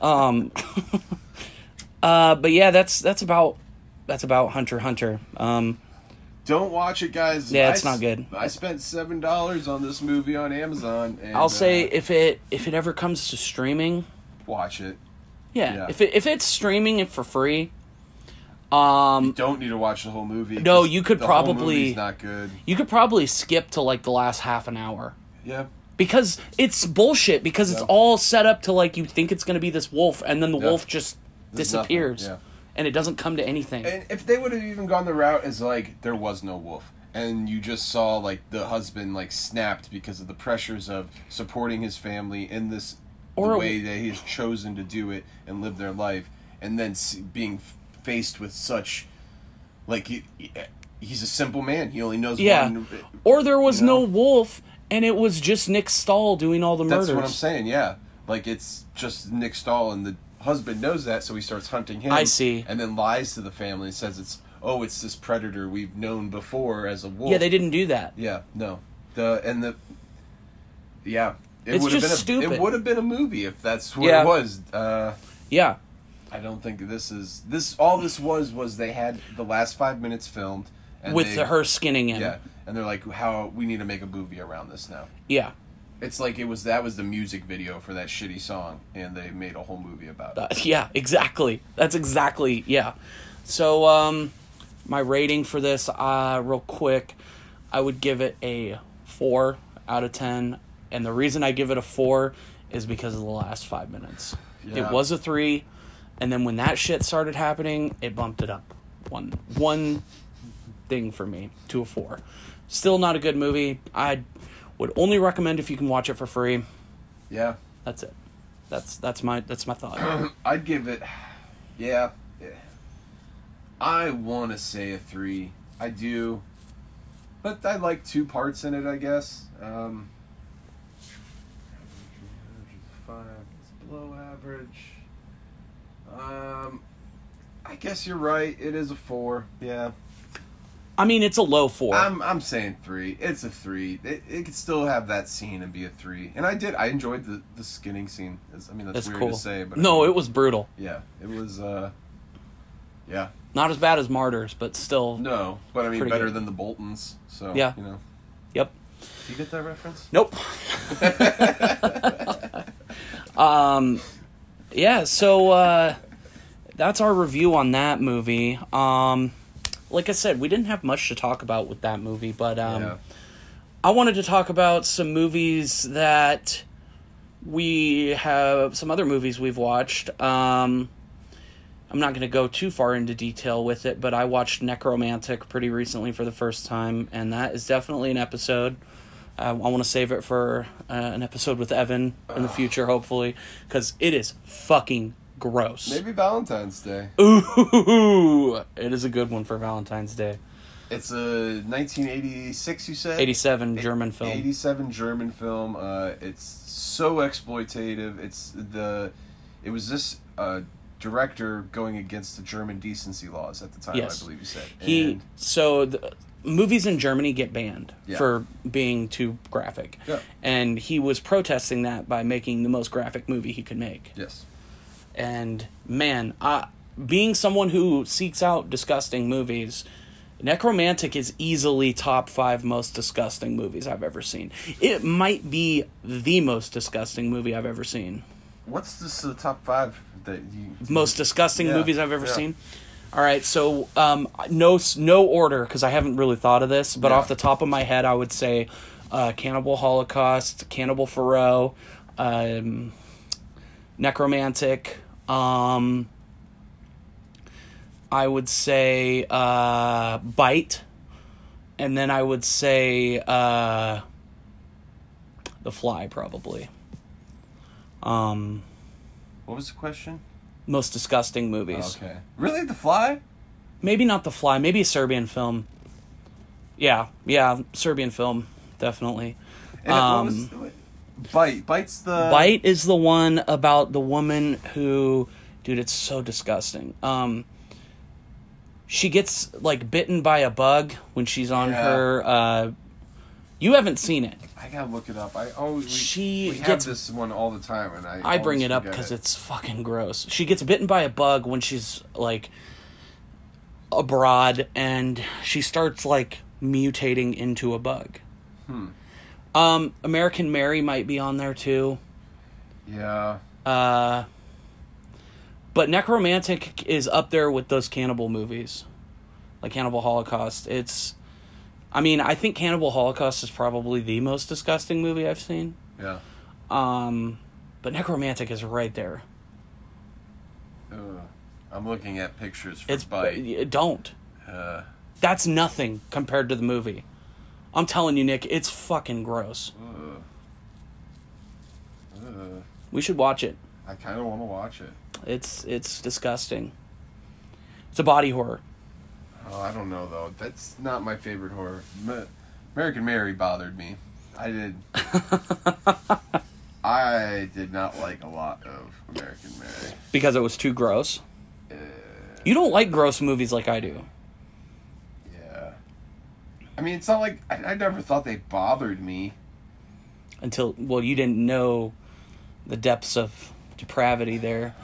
Speaker 2: um, (laughs) uh, but yeah, that's that's about that's about Hunter x Hunter. Um,
Speaker 1: Don't watch it, guys.
Speaker 2: Yeah, it's
Speaker 1: I s-
Speaker 2: not good.
Speaker 1: I spent seven dollars on this movie on Amazon. And,
Speaker 2: I'll say
Speaker 1: uh,
Speaker 2: if it if it ever comes to streaming,
Speaker 1: watch it.
Speaker 2: yeah,
Speaker 1: Yeah.
Speaker 2: if it, if it's streaming it for free, um,
Speaker 1: Don't need to watch the whole movie.
Speaker 2: No,
Speaker 1: 'cause
Speaker 2: you could
Speaker 1: the whole
Speaker 2: probably-
Speaker 1: movie's not good.
Speaker 2: you could probably skip to like the last half an hour.
Speaker 1: Yeah.
Speaker 2: Because it's bullshit. Because it's
Speaker 1: Yeah.
Speaker 2: all set up to like you think it's gonna be this wolf, and then the
Speaker 1: Yeah.
Speaker 2: wolf just
Speaker 1: There's nothing,
Speaker 2: disappears,
Speaker 1: yeah.
Speaker 2: and it doesn't come to anything.
Speaker 1: And if they would have even gone the route as like there was no wolf, and you just saw like the husband like snapped because of the pressures of supporting his family in this
Speaker 2: Or
Speaker 1: the
Speaker 2: a-
Speaker 1: way that he has chosen to do it and live their life, and then s- being f- faced with such like he, he- he's a simple man. He only knows
Speaker 2: Yeah.
Speaker 1: one.
Speaker 2: Or there was
Speaker 1: you
Speaker 2: no
Speaker 1: know?
Speaker 2: wolf, and it was just Nick Stahl doing all the
Speaker 1: That's
Speaker 2: murders.
Speaker 1: what I'm saying. Yeah, like it's just Nick Stahl, and the husband knows that, so he starts hunting him.
Speaker 2: I see.
Speaker 1: and then lies to the family and says it's oh, it's this predator we've known before as a wolf.
Speaker 2: Yeah, they didn't do that.
Speaker 1: Yeah, no, the and the yeah, it
Speaker 2: It's
Speaker 1: would have
Speaker 2: just
Speaker 1: been a,
Speaker 2: stupid.
Speaker 1: It would have been a movie if that's what
Speaker 2: Yeah.
Speaker 1: it was. Uh,
Speaker 2: Yeah.
Speaker 1: I don't think this is this. All this was was they had the last five minutes filmed and
Speaker 2: With
Speaker 1: they-
Speaker 2: the, her skinning him.
Speaker 1: Yeah, and they're like, how we need to make a movie around this now.
Speaker 2: Yeah.
Speaker 1: It's like it was that was the music video for that shitty song, and they made a whole movie about
Speaker 2: Uh,
Speaker 1: it.
Speaker 2: (laughs) yeah, exactly. That's exactly, yeah. So, um, my rating for this, uh, real quick, I would give it a 4 out of 10. And the reason I give it a 4 is because of the last five minutes.
Speaker 1: Yeah.
Speaker 2: It was a 3. And then when that shit started happening, it bumped it up. One, one thing for me to a 4. Still not a good movie. I would only recommend if you can watch it for free.
Speaker 1: Yeah, (clears throat)
Speaker 2: That's it. That's that's my that's my thought.
Speaker 1: I'd give it. Yeah, yeah. I want to say a three. I do, but I like two parts in it. I guess. Um, five. It's below average. Um, I guess you're right. It is a four. Yeah.
Speaker 2: I mean, it's a low 4.
Speaker 1: I'm I'm saying three. It's a three. It, it could still have that scene and be a three. And I did. I enjoyed the the skinning scene. It's- I mean, that's,
Speaker 2: That's
Speaker 1: weird
Speaker 2: cool.
Speaker 1: to say, but
Speaker 2: no, it was brutal.
Speaker 1: Yeah, it was. uh Yeah,
Speaker 2: Not as bad as Martyrs, but still.
Speaker 1: no, but I mean,
Speaker 2: Pretty
Speaker 1: better
Speaker 2: good.
Speaker 1: than the Boltons. So
Speaker 2: Yeah.
Speaker 1: you know.
Speaker 2: Yep.
Speaker 1: Did you get that
Speaker 2: (laughs)
Speaker 1: reference?
Speaker 2: Nope. um, yeah. So uh, that's our review on that movie. Um, like I said, we didn't have much to talk about with that movie, but um,
Speaker 1: yeah.
Speaker 2: I wanted to talk about some movies that we have some other movies we've watched. Um, I'm not going to go too far into detail with it, but I watched Necromantic pretty recently for the first time, and that is definitely an episode. Uh, I want to save it for uh, an episode with Evan in the future, hopefully, because it is fucking gross.
Speaker 1: Maybe Valentine's Day.
Speaker 2: Ooh, (laughs) it is a good one for Valentine's Day.
Speaker 1: It's a 1986. You said
Speaker 2: 87 German film.
Speaker 1: 87 German film. Uh, it's so exploitative. It's the. It was this uh, director going against the German decency laws at the time.
Speaker 2: Yes.
Speaker 1: I believe you said.
Speaker 2: He
Speaker 1: And
Speaker 2: so the, movies in Germany get banned
Speaker 1: Yeah.
Speaker 2: for being too graphic.
Speaker 1: Yeah.
Speaker 2: And he was protesting that by making the most graphic movie he could make.
Speaker 1: Yes.
Speaker 2: And man, uh, being someone who seeks out disgusting movies, Necromantic is easily top five most disgusting movies I've ever seen. It might be the most disgusting movie I've ever seen.
Speaker 1: What's this the top five that you
Speaker 2: most disgusting
Speaker 1: Yeah,
Speaker 2: movies I've ever
Speaker 1: yeah.
Speaker 2: seen. All right, so um, no s- no order because I haven't really thought of this, but
Speaker 1: Yeah.
Speaker 2: off the top of my head, I would say uh, Cannibal Holocaust, Cannibal Pharaoh, um, Necromantic. Um, I would say uh, Bite, and then I would say uh, The Fly, probably. Um,
Speaker 1: What was the question?
Speaker 2: most disgusting movies.
Speaker 1: Okay. Really, The Fly?
Speaker 2: maybe not the fly maybe a serbian film yeah yeah serbian film definitely
Speaker 1: And
Speaker 2: Um,
Speaker 1: what was wait, Bite? Bite's the
Speaker 2: bite is the one about the woman who dude it's so disgusting um she gets like bitten by a bug when she's on
Speaker 1: Yeah.
Speaker 2: her uh you haven't seen it
Speaker 1: I gotta look it up. I always we,
Speaker 2: She
Speaker 1: we have
Speaker 2: gets-
Speaker 1: this one all the time, and I
Speaker 2: I bring
Speaker 1: always
Speaker 2: it up
Speaker 1: forget
Speaker 2: because it's fucking gross. She gets bitten by a bug when she's like abroad, and she starts like mutating into a bug. Hmm. Um, American Mary might be on there too,
Speaker 1: yeah.
Speaker 2: uh, but Necromantic is up there with those cannibal movies, like Cannibal Holocaust. It's, I mean, I think Cannibal Holocaust is probably the most disgusting movie I've seen.
Speaker 1: Yeah.
Speaker 2: Um, but Necromantic is right there.
Speaker 1: Ugh. I'm looking at pictures for
Speaker 2: It's
Speaker 1: Bite.
Speaker 2: y- don't.
Speaker 1: Uh,
Speaker 2: That's nothing compared to the movie. I'm telling you, Nick, it's fucking gross.
Speaker 1: ugh. Ugh.
Speaker 2: We should watch it.
Speaker 1: I kind of want to watch it.
Speaker 2: It's it's disgusting. It's a body horror.
Speaker 1: Oh, I don't know though. That's not my favorite horror. Ma- American Mary bothered me. I
Speaker 2: (laughs)
Speaker 1: did. I did not like a lot of American Mary.
Speaker 2: Because it was too gross. You don't like gross movies like I do.
Speaker 1: Yeah. I mean, it's not like I, I never thought they bothered me.
Speaker 2: Until well, you didn't know the depths of depravity there.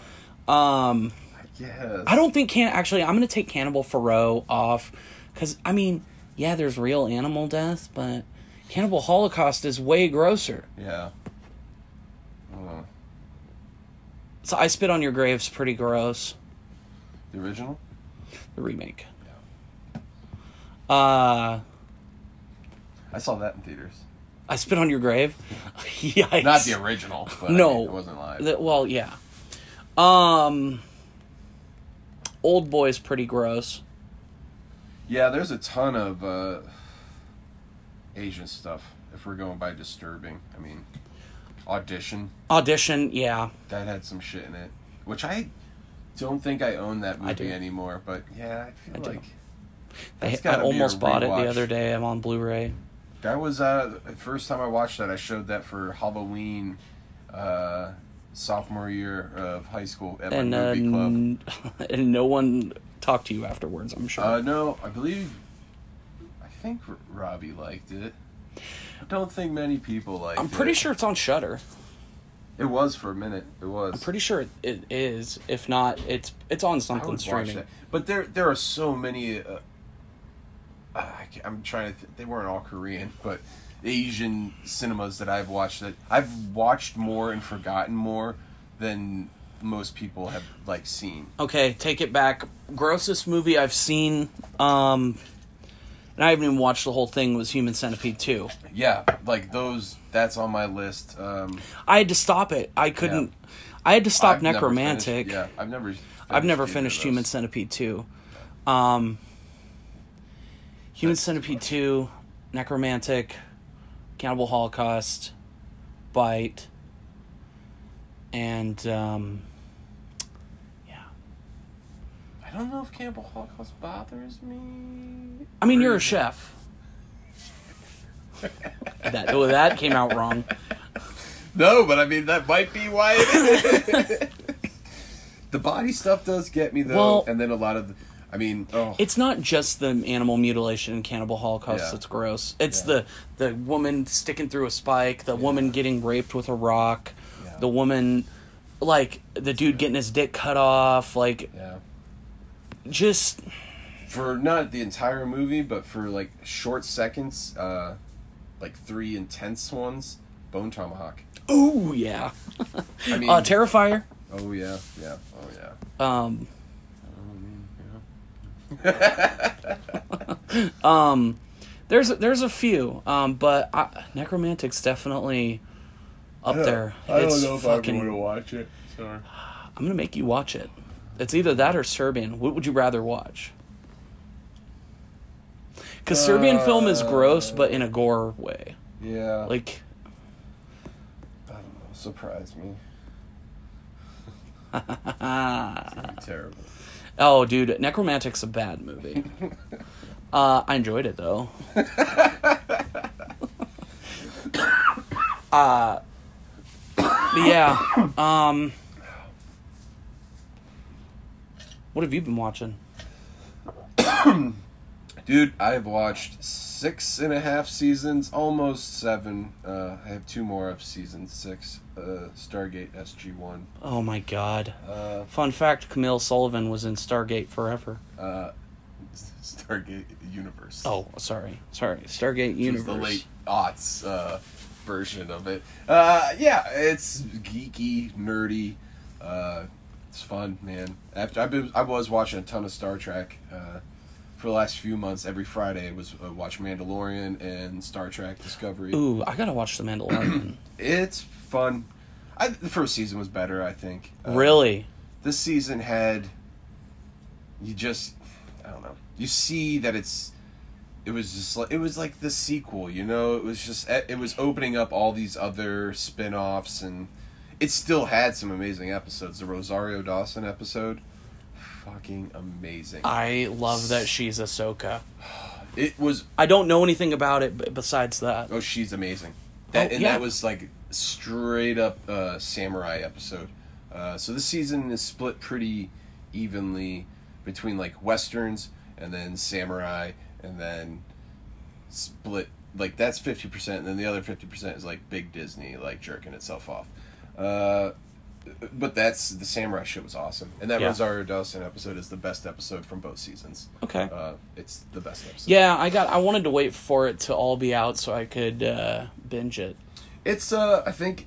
Speaker 2: Um
Speaker 1: I guess.
Speaker 2: I don't think can actually I'm gonna take Cannibal Pharaoh off because I mean, yeah, there's real animal death, but Cannibal Holocaust is way grosser.
Speaker 1: Yeah. Uh,
Speaker 2: So I Spit on Your Grave's pretty gross.
Speaker 1: the original.
Speaker 2: The remake. Uh
Speaker 1: I saw that in theaters.
Speaker 2: I Spit on Your Grave. (laughs) Yikes.
Speaker 1: Not the original. But
Speaker 2: No.
Speaker 1: I mean, it wasn't live.
Speaker 2: The- well, yeah. Um Old Boy's pretty gross.
Speaker 1: yeah, there's a ton of uh, Asian stuff. If we're going by disturbing, I mean, audition.
Speaker 2: Audition, yeah.
Speaker 1: That had some shit in it, which I don't think I own that movie
Speaker 2: do.
Speaker 1: anymore. But yeah, I feel
Speaker 2: I do.
Speaker 1: like
Speaker 2: I,
Speaker 1: That's
Speaker 2: I
Speaker 1: gotta be a
Speaker 2: almost bought it
Speaker 1: rewatch.
Speaker 2: the other day. I'm on Blu-ray.
Speaker 1: that was uh, the first time I watched that. I showed that for Halloween, uh, sophomore year of high school at
Speaker 2: And
Speaker 1: my
Speaker 2: uh,
Speaker 1: movie club.
Speaker 2: n- (laughs) and no one talked to you afterwards, I'm sure.
Speaker 1: Uh, no, I believe, I think R- Robbie liked it. I don't think many people liked it.
Speaker 2: I'm pretty sure it's on Shutter.
Speaker 1: it was for a minute. It was.
Speaker 2: I'm pretty sure it, it is. If not, it's it's on
Speaker 1: I
Speaker 2: something
Speaker 1: would
Speaker 2: streaming.
Speaker 1: watch that. But there, there are so many. Uh, uh, I can't- I'm trying to. Th- they weren't all Korean, but Asian cinemas that I've watched that I've watched more and forgotten more than most people have like seen.
Speaker 2: Okay, take it back. Grossest movie I've seen, um, and I haven't even watched the whole thing, was Human Centipede 2.
Speaker 1: Yeah, like those. That's on my list. Um,
Speaker 2: I had to stop it. I couldn't. I had to stop
Speaker 1: I've never
Speaker 2: Necromantic.
Speaker 1: finished- yeah, I've never.
Speaker 2: I've
Speaker 1: either
Speaker 2: never
Speaker 1: of
Speaker 2: finished
Speaker 1: those.
Speaker 2: Human Centipede 2. Um, Human Centipede 2, Necromantic, Cannibal Holocaust, Bite, and, um, yeah.
Speaker 1: I don't know if Campbell Holocaust bothers me.
Speaker 2: I mean, you're
Speaker 1: Or-
Speaker 2: a chef. that oh, that came out wrong.
Speaker 1: No, but I mean that might be why. It is. the body stuff does get me though,
Speaker 2: Well-
Speaker 1: and then a lot of I mean, oh,
Speaker 2: It's not just the animal mutilation and cannibal holocaust
Speaker 1: Yeah.
Speaker 2: that's gross. It's
Speaker 1: Yeah.
Speaker 2: the the woman sticking through a spike, the woman getting raped with a rock,
Speaker 1: Yeah.
Speaker 2: the woman like the dude getting his dick cut off, like
Speaker 1: yeah.
Speaker 2: just
Speaker 1: for not the entire movie, but for like short seconds, uh, like three intense ones, Bone Tomahawk.
Speaker 2: ooh yeah.
Speaker 1: I mean,
Speaker 2: Uh Terrifier.
Speaker 1: oh yeah, yeah, oh yeah. (laughs)
Speaker 2: Um um there's there's a few um but I, necromantic's definitely up there it's fucking
Speaker 1: watch it. Sorry.
Speaker 2: I'm gonna make you watch it. It's either that or Serbian. What would you rather watch? Because Serbian film is gross, but in a gore way.
Speaker 1: Yeah, like
Speaker 2: Like,
Speaker 1: I don't know. Surprise
Speaker 2: (laughs)
Speaker 1: me.
Speaker 2: ah,
Speaker 1: It'd be terrible.
Speaker 2: oh, dude, Necromantic's a bad movie. Uh, I enjoyed it though. uh, Uh, but yeah. Um, what have you been watching?
Speaker 1: Dude, I've watched six and a half seasons, almost seven. Uh, I have two more of season six, uh, Stargate SG One.
Speaker 2: Oh my god.
Speaker 1: Uh,
Speaker 2: Fun fact: Camille Sullivan was in Stargate Forever.
Speaker 1: uh, (laughs) Stargate Universe.
Speaker 2: Oh, sorry, sorry, Stargate
Speaker 1: Which was
Speaker 2: Universe.
Speaker 1: the late aughts uh, version of it. Uh, yeah, it's geeky, nerdy. Uh, it's fun, man. After I've been, I was watching a ton of Star Trek uh, for the last few months. Every Friday was uh, watch Mandalorian and Star Trek Discovery.
Speaker 2: Ooh, I gotta watch The (clears throat) Mandalorian.
Speaker 1: It's fun. I, the first season was better, I think. Uh,
Speaker 2: really?
Speaker 1: this season had you just I don't know. You see that it's it was just like it was like the sequel, you know. It was just e, it was opening up all these other spin-offs and it still had some amazing episodes. The Rosario Dawson episode fucking amazing.
Speaker 2: I love that she's Ahsoka.
Speaker 1: It was
Speaker 2: I don't know anything about it b- besides that.
Speaker 1: oh she's amazing. That
Speaker 2: Oh,
Speaker 1: and
Speaker 2: yeah.
Speaker 1: that was like straight up uh samurai episode. Uh so this season is split pretty evenly between like westerns and then samurai and then split like that's 50% and then the other 50% is like big disney like jerking itself off uh, but that's the samurai shit was awesome and that
Speaker 2: Yeah.
Speaker 1: rosario dawson episode is the best episode from both seasons
Speaker 2: Okay.
Speaker 1: uh, it's the best episode
Speaker 2: Yeah, I got. I wanted to wait for it to all be out so I could uh, binge it.
Speaker 1: It's uh I think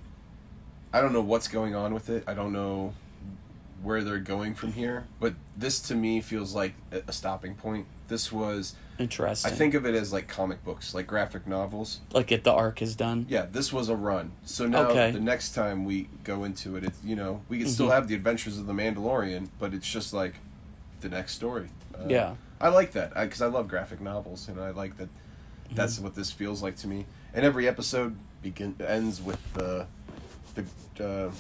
Speaker 1: I don't know what's going on with it. I don't know where they're going from here, but this to me feels like a a stopping point. This was I
Speaker 2: Interesting.
Speaker 1: think of it as like comic books, like graphic novels.
Speaker 2: like if the arc is done.
Speaker 1: Yeah, this was a run. So now
Speaker 2: Okay. Mm-hmm.
Speaker 1: the next time we go into it, it's you know, we can still have the adventures of the Mandalorian, but it's just like the next story. Uh,
Speaker 2: Yeah.
Speaker 1: I like that because I, love graphic novels, and I like that. That's
Speaker 2: Mm-hmm.
Speaker 1: what this feels like to me. And every episode begin ends with the the uh,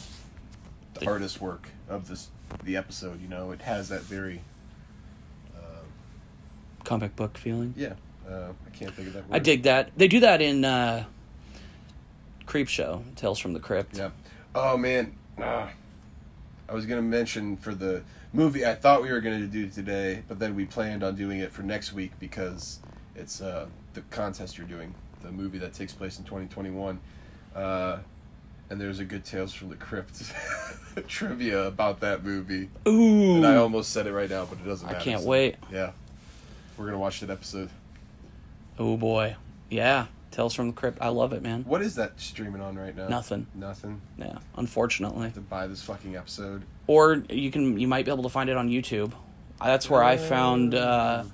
Speaker 1: the artist work of this the episode. You know, it has that very
Speaker 2: Comic book feeling.
Speaker 1: yeah. Uh, I can't think of that word.
Speaker 2: I dig that. They do that in uh, Creep Show, Tales from the Crypt.
Speaker 1: Yeah. Oh man. Ah. I was gonna mention for the movie I thought we were gonna do today, but then we planned on doing it for next week because it's uh, the contest you're doing, the movie that takes place in 2021, uh, and there's a good Tales from the Crypt (laughs) trivia about that movie,
Speaker 2: Ooh.
Speaker 1: and I almost said it right now, but it doesn't.
Speaker 2: I
Speaker 1: matter.
Speaker 2: can't
Speaker 1: so-
Speaker 2: wait.
Speaker 1: Yeah, we're gonna watch that episode.
Speaker 2: Oh boy. Yeah. Tales from the Crypt. I love it, man.
Speaker 1: What is that streaming on right now?
Speaker 2: Nothing.
Speaker 1: Nothing.
Speaker 2: Yeah, unfortunately.
Speaker 1: To buy this fucking episode.
Speaker 2: Or you can you might be able to find it on YouTube. I- That's where I found uh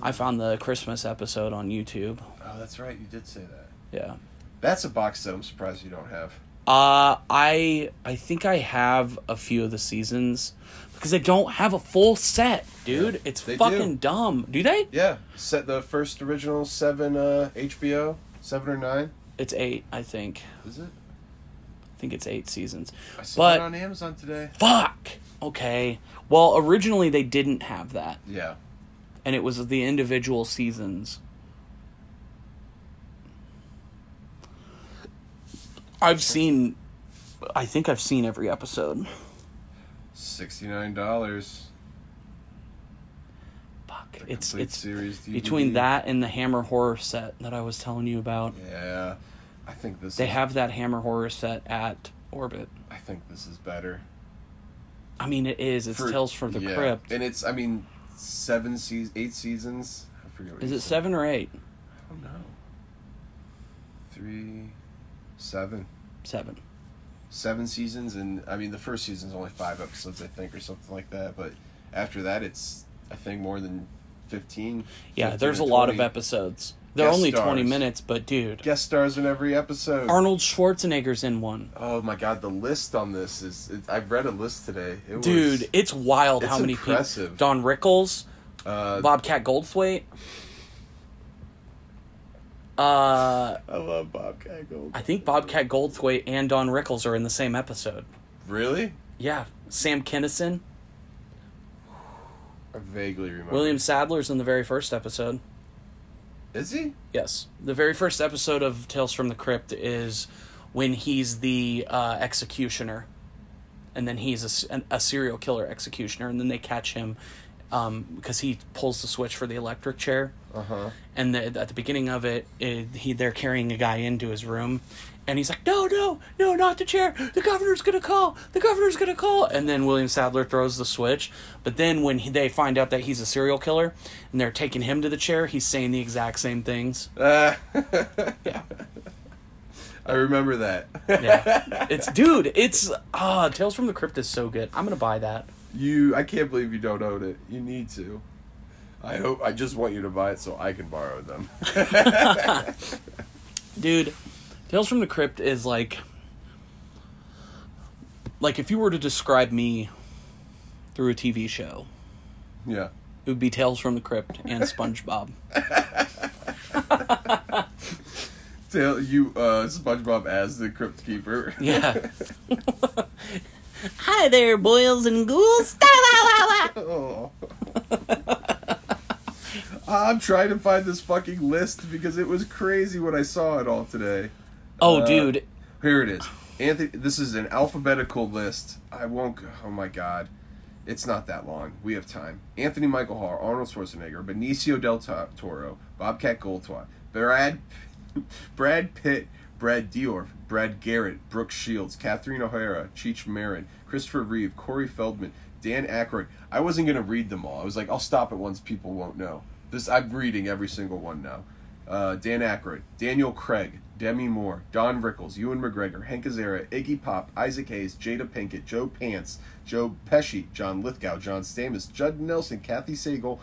Speaker 2: I found the Christmas episode on YouTube.
Speaker 1: Oh, that's right. You did say that.
Speaker 2: Yeah.
Speaker 1: That's a box set. I'm surprised you don't have.
Speaker 2: Uh I I think I have a few of the seasons because they don't have a full set, dude.
Speaker 1: Yeah,
Speaker 2: it's
Speaker 1: they do.
Speaker 2: fucking dumb. Do they?
Speaker 1: Yeah, set the first original seven uh, HBO seven or nine.
Speaker 2: It's 8, I think.
Speaker 1: Is it?
Speaker 2: I think it's 8 seasons.
Speaker 1: I saw
Speaker 2: But
Speaker 1: it on Amazon today.
Speaker 2: fuck. Okay. Well, originally they didn't have that.
Speaker 1: Yeah,
Speaker 2: and it was the individual seasons. I've seen, I think I've seen every episode.
Speaker 1: sixty nine dollars.
Speaker 2: fuck. It's
Speaker 1: complete
Speaker 2: it's
Speaker 1: series DVD.
Speaker 2: between that and the Hammer horror set that I was telling you about.
Speaker 1: Yeah, I think this.
Speaker 2: They
Speaker 1: is,
Speaker 2: have that Hammer horror set at Orbit.
Speaker 1: I think this is better.
Speaker 2: I mean, it is. It's
Speaker 1: For-
Speaker 2: Tales from the
Speaker 1: yeah.
Speaker 2: Crypt.
Speaker 1: and it's I mean, seven seasons, eight seasons. I forget. What
Speaker 2: Is
Speaker 1: you
Speaker 2: it
Speaker 1: said.
Speaker 2: seven or eight?
Speaker 1: I don't know. Three, seven,
Speaker 2: Seven.
Speaker 1: seven seasons, and I mean the first season's only five episodes, I think, or something like that. But after that, it's I think more than fifteen.
Speaker 2: Yeah,
Speaker 1: 15
Speaker 2: there's
Speaker 1: to
Speaker 2: a lot of
Speaker 1: 20.
Speaker 2: episodes. They're
Speaker 1: Guest
Speaker 2: only twenty
Speaker 1: stars.
Speaker 2: minutes, but dude,
Speaker 1: Guest stars in every episode.
Speaker 2: Arnold Schwarzenegger's in one.
Speaker 1: oh my god, the list on this is. It, I've read a list today. It
Speaker 2: Dude,
Speaker 1: was,
Speaker 2: it's wild
Speaker 1: it's
Speaker 2: how many
Speaker 1: impressive.
Speaker 2: people. Don Rickles,
Speaker 1: uh,
Speaker 2: Bobcat Goldthwait. Uh,
Speaker 1: I love Bobcat Gold.
Speaker 2: I think Bobcat Goldthwait and Don Rickles are in the same episode.
Speaker 1: Really?
Speaker 2: Yeah, Sam Kinison,
Speaker 1: I vaguely remember.
Speaker 2: William Sadler's in the very first episode.
Speaker 1: is
Speaker 2: (laughs)
Speaker 1: he?
Speaker 2: Yes, the very first episode of Tales from the Crypt is when he's the uh, executioner, and then he's a s- an- a, serial killer executioner, and then they catch him um, because he pulls the switch for the electric chair.
Speaker 1: Uh huh.
Speaker 2: and the, at the beginning of it, it he they're carrying a guy into his room and he's like no no no not the chair the governor's gonna call the governor's gonna call and then william sadler throws the switch but then when he, they find out that he's a serial killer and they're taking him to the chair he's saying the exact same things
Speaker 1: Uh,
Speaker 2: yeah
Speaker 1: (laughs) I remember that.
Speaker 2: yeah it's dude it's ah tales from the crypt is so good i'm gonna buy that
Speaker 1: You, I can't believe you don't own it. You need to. I hope. I just want you to buy it so I can borrow them. (laughs)
Speaker 2: dude tales from the crypt is like like if you were to describe me through a tv show
Speaker 1: yeah.
Speaker 2: It would be Tales from the Crypt
Speaker 1: (laughs)
Speaker 2: and SpongeBob.
Speaker 1: Tell you, uh, SpongeBob as the Crypt Keeper. (laughs)
Speaker 2: Yeah. (laughs) Hi there, boils and ghouls. Da, la, la, la.
Speaker 1: Oh. (laughs) I'm trying to find this fucking list because it was crazy when I saw it all today.
Speaker 2: Oh,
Speaker 1: Uh,
Speaker 2: dude.
Speaker 1: Here it is. Anthony, this is an alphabetical list. I won't. go- Oh my god, it's not that long. We have time. Anthony Michael Hall, Arnold Schwarzenegger, Benicio del To- Toro, Bobcat Goldthwait, Brad, Brad Pitt, Brad Diorf, Brad Garrett, Brooke Shields, Catherine O'Hara, Cheech Marin, Christopher Reeve, Corey Feldman, Dan Aykroyd. I wasn't gonna read them all. I was like, I'll stop at ones people won't know. This I'm reading every single one now. Uh, Dan Aykroyd, Daniel Craig, Demi Moore, Don Rickles, Ewan McGregor, Hank Azera, Iggy Pop, Isaac Hayes, Jada Pinkett, Joe Pants, Joe Pesci, John Lithgow, John Stamos, Judd Nelson, Kathy Sagal,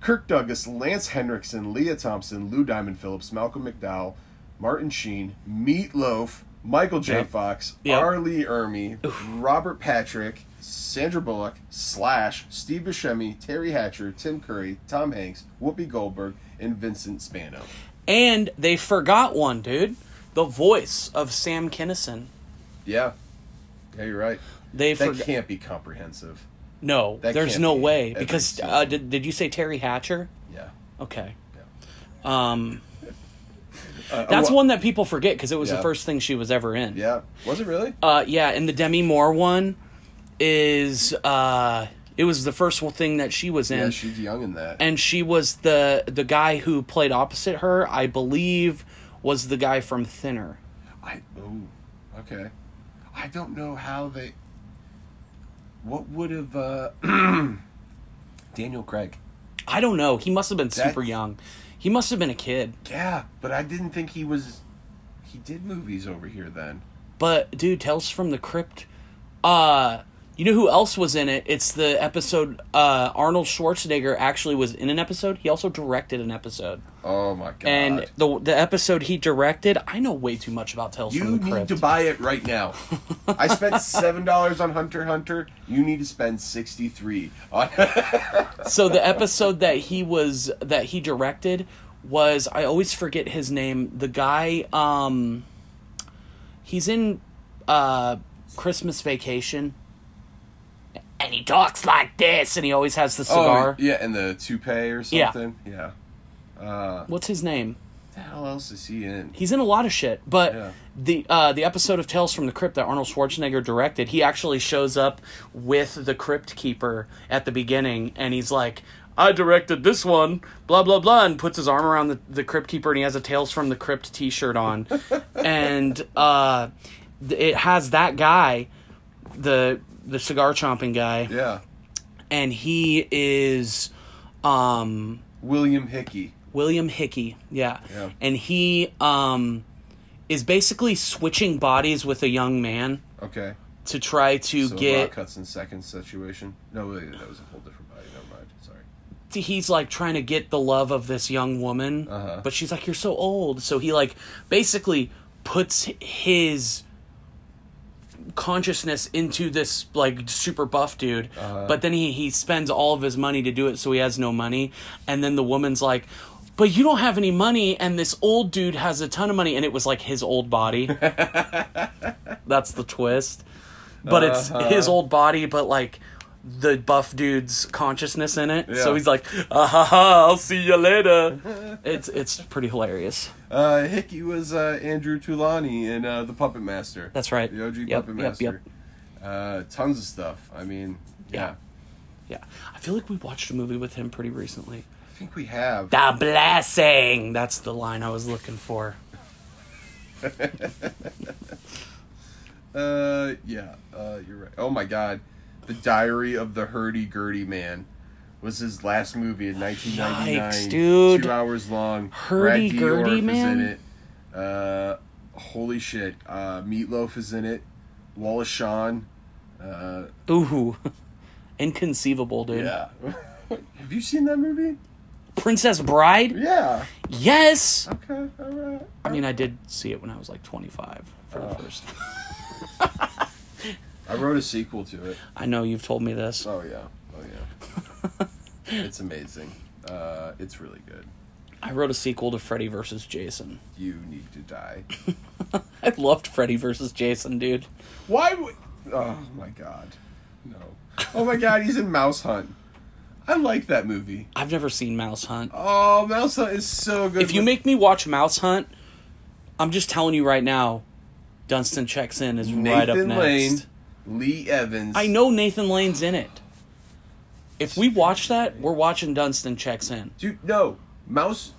Speaker 1: Kirk Douglas, Lance Henriksen, Leah Thompson, Lou Diamond Phillips, Malcolm McDowell, Martin Sheen, Meatloaf, Michael J.
Speaker 2: Yep.
Speaker 1: Fox,
Speaker 2: Yep.
Speaker 1: R. Lee Ermey, Robert Patrick, Sandra Bullock, Slash, Steve Buscemi, Terry Hatcher, Tim Curry, Tom Hanks, Whoopi Goldberg, and Vincent Spano.
Speaker 2: And they forgot one, dude. The voice of Sam Kinison.
Speaker 1: Yeah. Yeah, you're right.
Speaker 2: They
Speaker 1: That
Speaker 2: forgot.
Speaker 1: can't be comprehensive.
Speaker 2: No,
Speaker 1: that
Speaker 2: there's
Speaker 1: can't
Speaker 2: no
Speaker 1: be
Speaker 2: way.
Speaker 1: every
Speaker 2: Because,
Speaker 1: single-
Speaker 2: uh, did, did you say Terry Hatcher?
Speaker 1: Yeah.
Speaker 2: Okay.
Speaker 1: Yeah.
Speaker 2: Um,
Speaker 1: Uh,
Speaker 2: that's
Speaker 1: oh,
Speaker 2: one that people forget because it was the
Speaker 1: Yeah.
Speaker 2: first thing she was ever in.
Speaker 1: Yeah. Was it really?
Speaker 2: Uh, yeah, and the Demi Moore one is uh, it was the first thing that she was in,
Speaker 1: yeah, she's young in that.
Speaker 2: and she was the the guy who played opposite her. I believe was the guy from Thinner.
Speaker 1: I oh, okay. I don't know how they. What would have uh, (clears throat) Daniel Craig?
Speaker 2: I don't know. He must have been super
Speaker 1: That's-
Speaker 2: young. He must have been a kid.
Speaker 1: Yeah, but I didn't think he was. He did movies over here then.
Speaker 2: But dude, Tales from the Crypt. Uh you know who else was in it? It's the episode uh Arnold Schwarzenegger actually was in an episode. He also directed an episode.
Speaker 1: Oh my god!
Speaker 2: And the the episode he directed, I know way too much about Tales
Speaker 1: you
Speaker 2: from the
Speaker 1: need
Speaker 2: Crypt.
Speaker 1: to buy it right now. I
Speaker 2: (laughs)
Speaker 1: spent seven dollars on Hunter x Hunter. You need to spend sixty three (laughs) on.
Speaker 2: so the episode that he was that he directed was I always forget his name. The guy, um, he's in uh, Christmas Vacation, and he talks like this, and he always has the cigar.
Speaker 1: yeah, and the toupee or
Speaker 2: Yeah.
Speaker 1: something. Yeah.
Speaker 2: What's his name?
Speaker 1: What the hell else is he in?
Speaker 2: He's in a lot of shit, but
Speaker 1: Yeah.
Speaker 2: the uh, the episode of Tales from the Crypt that Arnold Schwarzenegger directed, he actually shows up with the Crypt Keeper at the beginning, and he's like, I directed this one, blah blah blah, and puts his arm around the, the crypt keeper, and he has a Tales from the Crypt T-shirt on,
Speaker 1: (laughs)
Speaker 2: and uh, th- it has that guy, the the cigar chomping guy,
Speaker 1: Yeah.
Speaker 2: and he is, um,
Speaker 1: William Hickey.
Speaker 2: William Hickey, yeah.
Speaker 1: Yeah.
Speaker 2: and he um, is basically switching bodies with a young man
Speaker 1: Okay.
Speaker 2: to try to
Speaker 1: So
Speaker 2: get
Speaker 1: Rock Hudson second situation. No, wait, that was a whole different body. Never mind. Sorry.
Speaker 2: he's like trying to get the love of this young woman,
Speaker 1: Uh-huh.
Speaker 2: but she's like, "You're so old." So he like basically puts his consciousness into this like super buff dude,
Speaker 1: Uh-huh.
Speaker 2: but then he he spends all of his money to do it, so he has no money, and then the woman's like. But you don't have any money, and this old dude has a ton of money, and it was like his
Speaker 1: (laughs)
Speaker 2: old body. That's the twist. But it's
Speaker 1: Uh-huh.
Speaker 2: his old body, but like the buff dude's consciousness in it. So
Speaker 1: Yeah.
Speaker 2: he's like, ah, ha, ha, I'll see you
Speaker 1: (laughs)
Speaker 2: later. it's it's pretty hilarious.
Speaker 1: Uh, Hickey was uh, Andrew Tulani in uh, The Puppet Master.
Speaker 2: That's right.
Speaker 1: The OG
Speaker 2: Yep,
Speaker 1: Puppet
Speaker 2: yep,
Speaker 1: Master.
Speaker 2: yep.
Speaker 1: Uh, tons of stuff. I mean, yeah.
Speaker 2: Yeah. Yeah. I feel like we watched a movie with him pretty recently.
Speaker 1: I think we have.
Speaker 2: The blessing. That's the line I was looking for.
Speaker 1: Uh, yeah. Uh, you're right. Oh my God, The Diary of the Hurdy Gurdy Man was his last movie in 1999.
Speaker 2: Yikes, dude.
Speaker 1: Two hours long.
Speaker 2: Hurdy
Speaker 1: Brad
Speaker 2: Gurdy
Speaker 1: Dourif
Speaker 2: Man?
Speaker 1: Is in it. Uh, holy shit. Uh, Meatloaf is in it. Wallace Shawn. Uh,
Speaker 2: Ooh. (laughs) Inconceivable, dude.
Speaker 1: yeah. (laughs) have you seen that movie?
Speaker 2: Princess Bride?
Speaker 1: Yeah.
Speaker 2: Yes.
Speaker 1: Okay. All right.
Speaker 2: I mean, I did see it when I was like 25 for the first.
Speaker 1: I wrote a sequel to it.
Speaker 2: I know you've told me this.
Speaker 1: Oh yeah. Oh yeah.
Speaker 2: (laughs)
Speaker 1: it's amazing. Uh, it's really good.
Speaker 2: I wrote a sequel to Freddy versus Jason.
Speaker 1: You need to die.
Speaker 2: I loved Freddy versus Jason, dude.
Speaker 1: Why would? Oh my god, no! Oh my god, he's in Mouse Hunt. I like that movie.
Speaker 2: I've never seen Mouse Hunt.
Speaker 1: Oh, Mouse Hunt is so good.
Speaker 2: If you
Speaker 1: with-
Speaker 2: make me watch Mouse Hunt, I'm just telling you right now, Dunstan checks in is right up
Speaker 1: Nathan
Speaker 2: next.
Speaker 1: Lane, Lee Evans,
Speaker 2: I know Nathan Lane's in it. If we watch that, we're watching Dunstan checks in.
Speaker 1: dude. No, Mouse,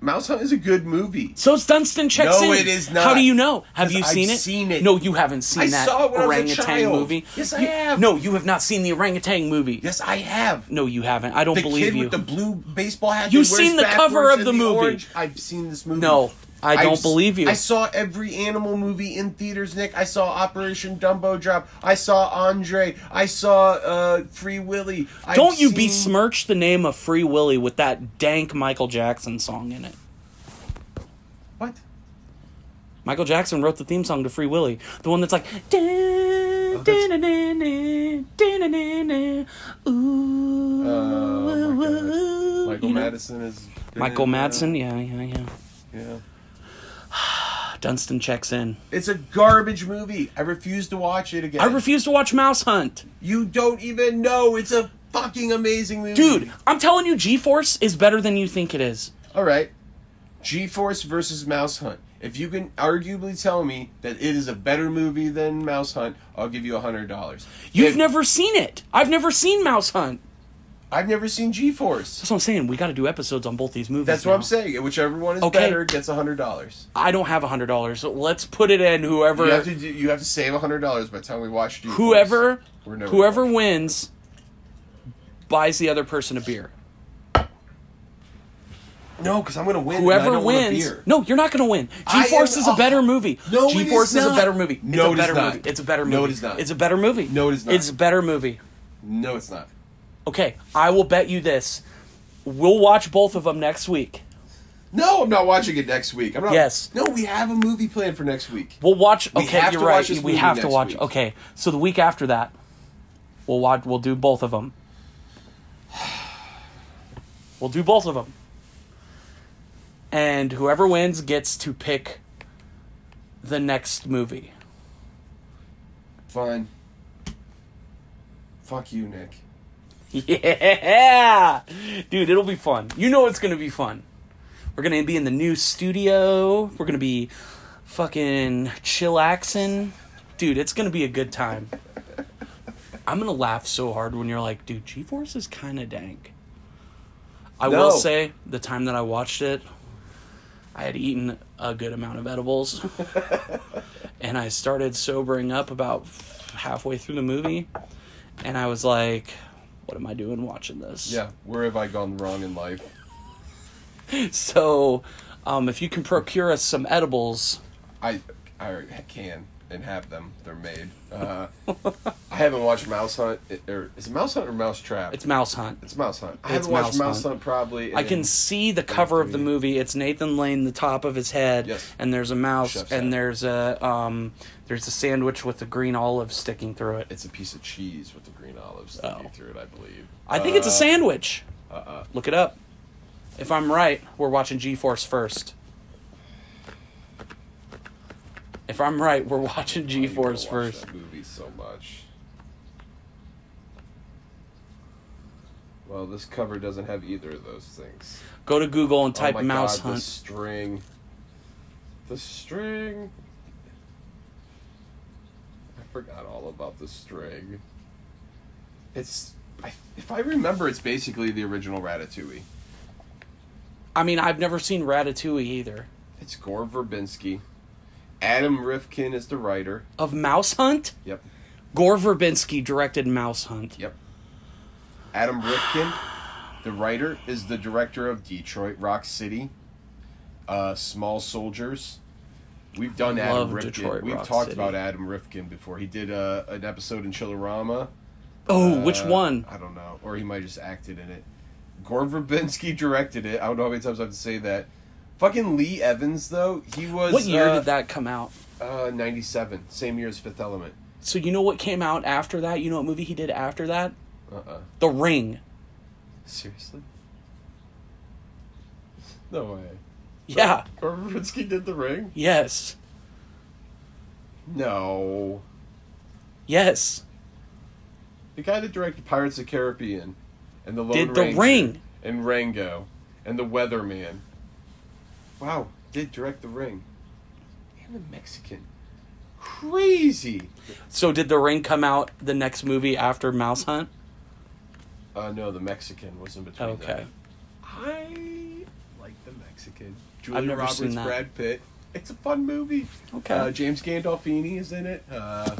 Speaker 1: Mouse Hunt is a good movie.
Speaker 2: So it's Dunstan checks in.
Speaker 1: No, it is not.
Speaker 2: How do you know? Have you
Speaker 1: Because I've
Speaker 2: seen it?
Speaker 1: seen it.
Speaker 2: No, you haven't seen
Speaker 1: I
Speaker 2: that
Speaker 1: saw it when I was a
Speaker 2: orangutan
Speaker 1: child.
Speaker 2: movie.
Speaker 1: Yes, I
Speaker 2: You-
Speaker 1: have.
Speaker 2: No, you have not seen the orangutan movie.
Speaker 1: Yes, I have.
Speaker 2: No, you haven't. I don't
Speaker 1: The
Speaker 2: believe
Speaker 1: kid
Speaker 2: you.
Speaker 1: with the blue baseball hat.
Speaker 2: You've
Speaker 1: that
Speaker 2: seen
Speaker 1: wears
Speaker 2: the cover
Speaker 1: backwards
Speaker 2: of
Speaker 1: and
Speaker 2: the movie.
Speaker 1: orange. I've seen this movie.
Speaker 2: No, I
Speaker 1: I've
Speaker 2: don't
Speaker 1: s-
Speaker 2: believe you.
Speaker 1: I saw every animal movie in theaters, Nick. I saw Operation Dumbo Drop. I saw Andre. I saw uh, Free Willy. I've
Speaker 2: Don't you
Speaker 1: seen-
Speaker 2: besmirch the name of Free Willy with that dank Michael Jackson song in it.
Speaker 1: What?
Speaker 2: Michael Jackson wrote the theme song to Free Willy, the one that's like.
Speaker 1: that's-
Speaker 2: Ooh,
Speaker 1: Michael
Speaker 2: you know?
Speaker 1: Madison is.
Speaker 2: Michael Madsen, yeah, yeah, yeah.
Speaker 1: Yeah.
Speaker 2: Dunstan checks in.
Speaker 1: It's a garbage movie. I refuse to watch it again.
Speaker 2: I refuse to watch Mouse Hunt.
Speaker 1: you don't even know. It's a fucking amazing movie,
Speaker 2: Dude, I'm telling you, G Force is better than you think it is.
Speaker 1: All right. G-Force versus Mouse Hunt. If you can arguably tell me that it is a better movie than Mouse Hunt, I'll give you a hundred dollars.
Speaker 2: You've
Speaker 1: If-
Speaker 2: never seen it. I've never seen Mouse Hunt.
Speaker 1: I've never seen G-Force.
Speaker 2: That's what I'm saying. We got to do episodes on both these movies.
Speaker 1: That's what I'm
Speaker 2: now.
Speaker 1: saying. Whichever one is
Speaker 2: Okay.
Speaker 1: better gets a hundred dollars.
Speaker 2: I don't have a hundred dollars. So let's put it in whoever
Speaker 1: You have to do, you have to save a hundred dollars by the time we watch G-Force.
Speaker 2: whoever
Speaker 1: We're never
Speaker 2: whoever
Speaker 1: watching.
Speaker 2: wins buys the other person a beer.
Speaker 1: No, because I'm gonna win. and I
Speaker 2: Whoever
Speaker 1: don't want a
Speaker 2: wins,
Speaker 1: beer.
Speaker 2: no, you're not going to win.
Speaker 1: I
Speaker 2: G Force
Speaker 1: am-
Speaker 2: is a better
Speaker 1: oh,
Speaker 2: movie.
Speaker 1: no, it
Speaker 2: G Force
Speaker 1: is
Speaker 2: is, a
Speaker 1: not.
Speaker 2: better movie. It's
Speaker 1: No,
Speaker 2: a
Speaker 1: it is
Speaker 2: better
Speaker 1: not.
Speaker 2: movie. It's a better movie.
Speaker 1: No, it is not.
Speaker 2: It's a better movie.
Speaker 1: No, it is not.
Speaker 2: It's a better movie.
Speaker 1: no, it's not.
Speaker 2: Okay, I will bet you this. We'll watch both of them next week.
Speaker 1: No, I'm not watching it next week. I'm not.
Speaker 2: Yes.
Speaker 1: No, we have a movie planned for next week.
Speaker 2: We'll watch.
Speaker 1: We
Speaker 2: okay,
Speaker 1: have
Speaker 2: you're
Speaker 1: to
Speaker 2: right.
Speaker 1: watch this
Speaker 2: we
Speaker 1: movie
Speaker 2: have to
Speaker 1: next
Speaker 2: watch.
Speaker 1: week.
Speaker 2: Okay, so the week after that, we'll watch. We'll do both of them. (sighs) We'll do both of them, and whoever wins gets to pick the next movie.
Speaker 1: Fine. Fuck you, Nick.
Speaker 2: (laughs) Yeah, dude, it'll be fun. You know it's gonna be fun. We're gonna be in the new studio. We're gonna be fucking chillaxing, dude. It's gonna be a good time. I'm gonna laugh so hard when you're like, dude, G Force is kind of dank. I
Speaker 1: No.
Speaker 2: will say the time that I watched it, I had eaten a good amount of edibles, and I started sobering up about halfway through the movie, and I was like, "What am I doing watching this?"
Speaker 1: Yeah, where have I gone wrong in life?
Speaker 2: (laughs) So, um, if you can procure us some edibles,
Speaker 1: I I can and have them. They're made. Uh, I haven't watched Mouse Hunt or is it Mouse Hunt or Mouse Trap?
Speaker 2: it's Mouse Hunt.
Speaker 1: It's Mouse Hunt. I
Speaker 2: It's
Speaker 1: haven't watched
Speaker 2: Mouse
Speaker 1: Mouse
Speaker 2: Hunt.
Speaker 1: Hunt probably.
Speaker 2: I can
Speaker 1: in-
Speaker 2: see the cover of the movie. It's Nathan Lane, the top of his head,
Speaker 1: Yes.
Speaker 2: and there's a mouse,
Speaker 1: Chef's
Speaker 2: and
Speaker 1: hat.
Speaker 2: there's a um, there's a sandwich with a green olive sticking through it.
Speaker 1: It's a piece of cheese with the green olives sticking
Speaker 2: Oh.
Speaker 1: through it, I believe.
Speaker 2: I think it's a
Speaker 1: Uh, uh-uh.
Speaker 2: sandwich. Look it up. If I'm right, we're watching G-Force first. If I'm right, we're watching
Speaker 1: I need to Uh,
Speaker 2: G-Force
Speaker 1: watch
Speaker 2: first.
Speaker 1: that movie so much. Well, this cover doesn't have either of those things.
Speaker 2: Go to Google and
Speaker 1: Oh
Speaker 2: type
Speaker 1: my
Speaker 2: mouse
Speaker 1: God, The
Speaker 2: hunt.
Speaker 1: string. The string. I forgot all about the string. It's. I, if I remember, it's basically the original Ratatouille.
Speaker 2: I mean, I've never seen Ratatouille either.
Speaker 1: It's Gore Verbinski. Adam Rifkin is the writer.
Speaker 2: Of Mouse Hunt?
Speaker 1: Yep.
Speaker 2: Gore Verbinski directed Mouse Hunt.
Speaker 1: Yep. Adam Rifkin, the writer, is the director of Detroit Rock City, uh, Small Soldiers. We've done
Speaker 2: I
Speaker 1: Adam
Speaker 2: love
Speaker 1: Rifkin.
Speaker 2: Detroit
Speaker 1: We've
Speaker 2: Rock
Speaker 1: talked
Speaker 2: City.
Speaker 1: about Adam Rifkin before. He did uh, an episode in Chillerama.
Speaker 2: Oh,
Speaker 1: Uh,
Speaker 2: which one?
Speaker 1: I don't know. Or he might have just acted in it. Gore Verbinski directed it. I don't know how many times I have to say that. Fucking Lee Evans, though, he was.
Speaker 2: What year
Speaker 1: uh,
Speaker 2: did that come out?
Speaker 1: Uh, 97. Same year as Fifth Element.
Speaker 2: So you know what came out after that? You know what movie he did after that?
Speaker 1: Uh uh
Speaker 2: The Ring.
Speaker 1: Seriously? No way.
Speaker 2: Yeah.
Speaker 1: Gore Verbinski did the ring?
Speaker 2: Yes.
Speaker 1: No.
Speaker 2: Yes.
Speaker 1: The guy that directed Pirates of the Caribbean and the Lone
Speaker 2: Did The
Speaker 1: Ranger
Speaker 2: Ring.
Speaker 1: and Rango and the Weatherman. Wow, did direct the ring. And the Mexican. Crazy.
Speaker 2: So did The Ring come out the next movie after Mouse Hunt?
Speaker 1: Uh no, the Mexican was in between.
Speaker 2: Okay.
Speaker 1: That. I like the Mexican. Julia
Speaker 2: never
Speaker 1: Roberts,
Speaker 2: seen that.
Speaker 1: Brad Pitt. It's a fun movie.
Speaker 2: Okay.
Speaker 1: Uh, James Gandolfini is in it. Uh,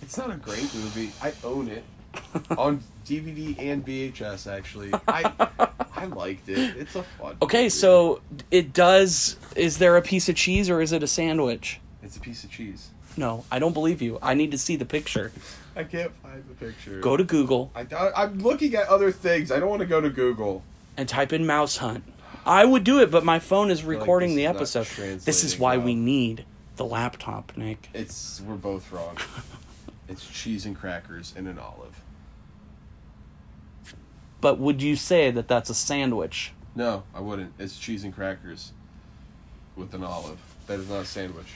Speaker 1: it's not a great movie. I own
Speaker 2: (laughs)
Speaker 1: it on DVD and VHS. Actually, I I liked it. It's a fun.
Speaker 2: Okay,
Speaker 1: movie.
Speaker 2: so it does is there a piece of cheese or is it a sandwich?
Speaker 1: it's a piece of cheese.
Speaker 2: No, I don't believe you. I need to see the picture.
Speaker 1: I can't find the picture.
Speaker 2: Go to Google
Speaker 1: I, I, I'm looking at other things. I don't want to go to Google.
Speaker 2: and type in mouse hunt. I would do it, but my phone is
Speaker 1: like
Speaker 2: recording
Speaker 1: this
Speaker 2: the
Speaker 1: is not
Speaker 2: episode. This is
Speaker 1: translating
Speaker 2: why
Speaker 1: well.
Speaker 2: we need the laptop, Nick.
Speaker 1: It's we're both
Speaker 2: (laughs)
Speaker 1: wrong. it's cheese and crackers and an olive.
Speaker 2: But would you say that that's a sandwich?
Speaker 1: No, I wouldn't. It's cheese and crackers with an olive. That is not a sandwich.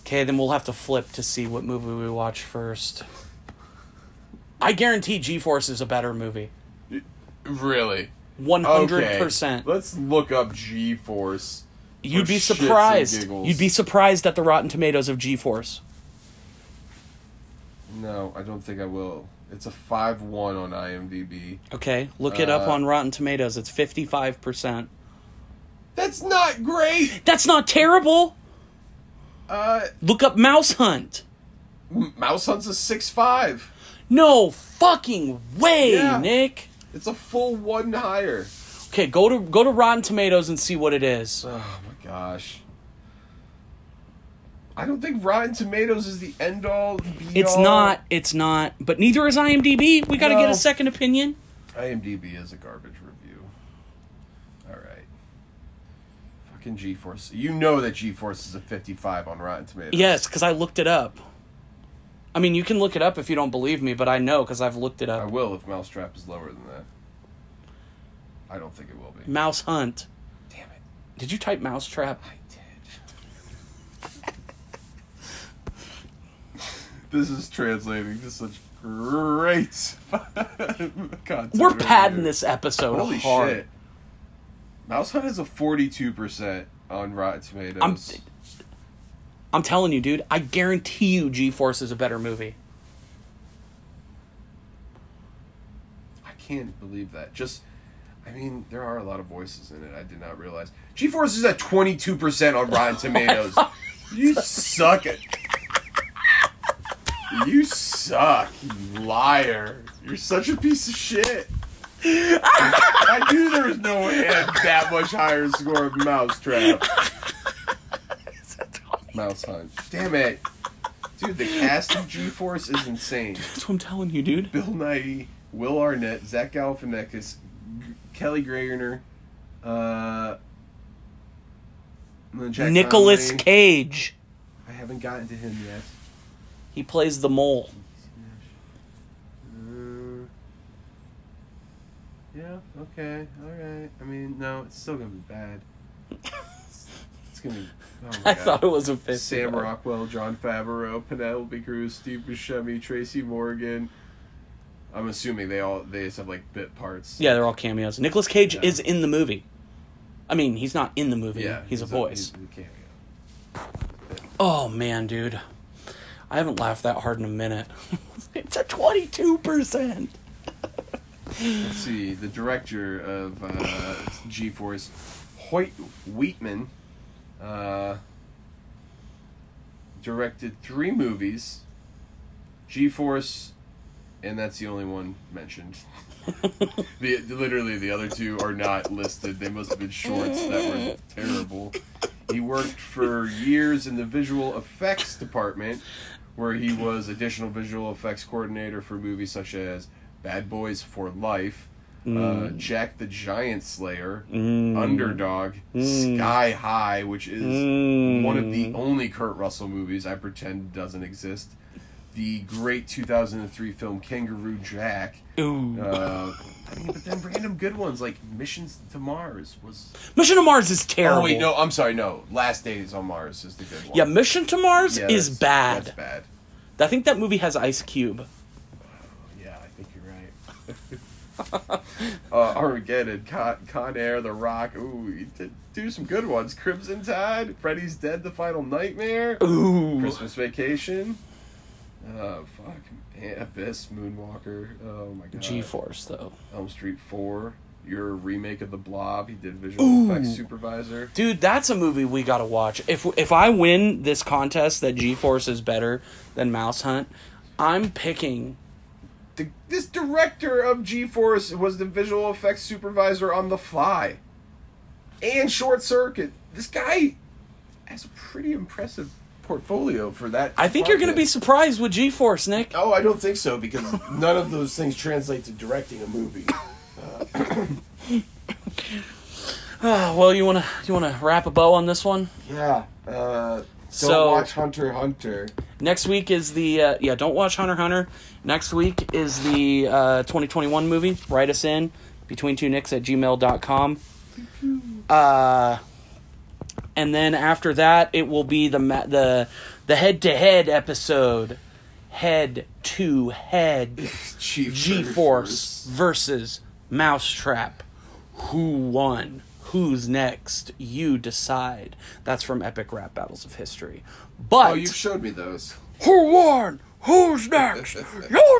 Speaker 2: Okay, then we'll have to flip to see what movie we watch first. I guarantee G-Force is a better movie.
Speaker 1: Really?
Speaker 2: 100%.
Speaker 1: Let's look up G Force.
Speaker 2: You'd be
Speaker 1: shits and
Speaker 2: surprised.
Speaker 1: giggles.
Speaker 2: You'd be surprised at the Rotten Tomatoes of G-Force.
Speaker 1: No, I don't think I will. It's a 5 1 on IMDb.
Speaker 2: Okay, look it up
Speaker 1: Uh,
Speaker 2: on Rotten Tomatoes. It's 55%.
Speaker 1: That's not great!
Speaker 2: That's not terrible.
Speaker 1: Uh,
Speaker 2: Look up Mouse Hunt.
Speaker 1: M- Mouse Hunt's a 6 5.
Speaker 2: No fucking way,
Speaker 1: Yeah.
Speaker 2: Nick.
Speaker 1: It's a full one higher.
Speaker 2: Okay, go to go to Rotten Tomatoes and see what it is.
Speaker 1: Oh my gosh. I don't think Rotten Tomatoes is the end all, be
Speaker 2: It's
Speaker 1: all.
Speaker 2: not. It's not. But neither is IMDb. We got to get
Speaker 1: No.
Speaker 2: a second opinion.
Speaker 1: IMDb is a garbage review. All right. Fucking GeForce. You know that GeForce is a 55 on Rotten Tomatoes.
Speaker 2: Yes, because I looked it up. I mean, you can look it up if you don't believe me, but I know because I've looked it
Speaker 1: I
Speaker 2: up.
Speaker 1: will if Mousetrap is lower than that. I don't think it will be.
Speaker 2: Mouse Hunt.
Speaker 1: Damn it.
Speaker 2: Did you type mousetrap?
Speaker 1: I did. (laughs) this is translating to such great (laughs) content.
Speaker 2: We're
Speaker 1: right
Speaker 2: padding
Speaker 1: here.
Speaker 2: this episode
Speaker 1: Holy
Speaker 2: hard.
Speaker 1: shit. Mouse Hunt is a 42% on Rotten Tomatoes.
Speaker 2: I'm- I'm telling you, dude. I guarantee you, G-Force is a better movie.
Speaker 1: I can't believe that. Just, I I mean, there are a lot of voices in it. I did not realize. G-Force is at 22% on Rotten Tomatoes. you suck it. You suck, you liar. You're such a piece of shit. I knew there was no way it had that much higher score of Mousetrap. Mouse Hunt. Damn it. Dude, the cast of G-Force is insane.
Speaker 2: That's what I'm telling you, dude.
Speaker 1: Bill Nighy, Will Arnett, Zach Galifianakis, G- Kelly Grayer, uh, Jack
Speaker 2: Nicholas
Speaker 1: Conway.
Speaker 2: Cage.
Speaker 1: I haven't gotten to him yet.
Speaker 2: He plays the mole. (laughs)
Speaker 1: Uh, yeah. Okay. All right. I mean, no, it's still gonna be bad. It's gonna be. Oh my
Speaker 2: (laughs) I
Speaker 1: God.
Speaker 2: thought it was a 50.
Speaker 1: Sam
Speaker 2: but-
Speaker 1: Rockwell, John Favreau, Penelope Cruz, Steve Buscemi, Tracy Morgan. I'm assuming they all they just have like bit parts.
Speaker 2: Yeah, they're all cameos. Nicolas Cage
Speaker 1: Yeah.
Speaker 2: is in the movie. I mean, he's not in the movie.
Speaker 1: Yeah,
Speaker 2: he's, a voice.
Speaker 1: he's a cameo.
Speaker 2: Oh man, dude. I haven't laughed that hard in a minute. (laughs) it's a 22%.
Speaker 1: Let's see, the director of uh, G Force, Hoyt Wheatman, uh, directed three movies G Force, and that's the only one
Speaker 2: (laughs)
Speaker 1: mentioned. the, literally, the other two are not listed. They must have been shorts that were terrible. He worked for years in the visual effects department, where he was additional visual effects coordinator for movies such as Bad Boys for Life, uh,
Speaker 2: Mm.
Speaker 1: Jack the Giant Slayer, Underdog, Sky High, which is
Speaker 2: Mm.
Speaker 1: one of the only Kurt Russell movies I pretend doesn't exist, the great 2003 film Kangaroo Jack.
Speaker 2: Ooh.
Speaker 1: Uh, I mean, but then random good ones like Missions to Mars was.
Speaker 2: Mission to Mars is terrible.
Speaker 1: Oh wait, no, I'm sorry, no. Last Days on Mars is the good one.
Speaker 2: Yeah, Mission to Mars
Speaker 1: Yeah,
Speaker 2: is
Speaker 1: that's-
Speaker 2: bad.
Speaker 1: That's bad.
Speaker 2: I think that movie has Ice Cube.
Speaker 1: Yeah, I think you're right. (laughs) uh, Armageddon, Con, Con Air, The Rock. Ooh, you did do some good ones. Crimson Tide, Freddy's Dead, The Final Nightmare,
Speaker 2: Ooh.
Speaker 1: Christmas Vacation. Oh fuck, man, Abyss, Moonwalker. Oh my god.
Speaker 2: G-Force though.
Speaker 1: Elm Street Four. Your remake of The Blob. He did visual effects supervisor.
Speaker 2: Dude, that's a movie we gotta watch. If if I win this contest that G-Force is better than Mouse Hunt, I'm picking.
Speaker 1: The, this director of G-Force was the visual effects supervisor on The Fly and Short Circuit. This guy has a pretty impressive portfolio for that.
Speaker 2: I think you're gonna be
Speaker 1: department.
Speaker 2: surprised with G-Force, Nick. (sighs)
Speaker 1: Oh, I don't think so because (laughs) none of those things translate to directing a movie.
Speaker 2: Ah, well, you wanna you wanna wrap a bow on this one?
Speaker 1: (laughs) Yeah. Uh, don't
Speaker 2: So- watch
Speaker 1: Hunter Hunter.
Speaker 2: Next week is the uh, yeah. Don't watch Hunter x Hunter. Next week is the uh, 2021 movie. Write us in between two nicks at gmail.com. Uh, and then after that, it will be the ma- the the head to head episode, head to head,
Speaker 1: Chief
Speaker 2: G Force versus Mousetrap. Who won? Who's next? You decide. That's from Epic Rap Battles of History. But
Speaker 1: Oh, you've showed me those.
Speaker 2: who won?
Speaker 1: (laughs)
Speaker 2: Who's next? you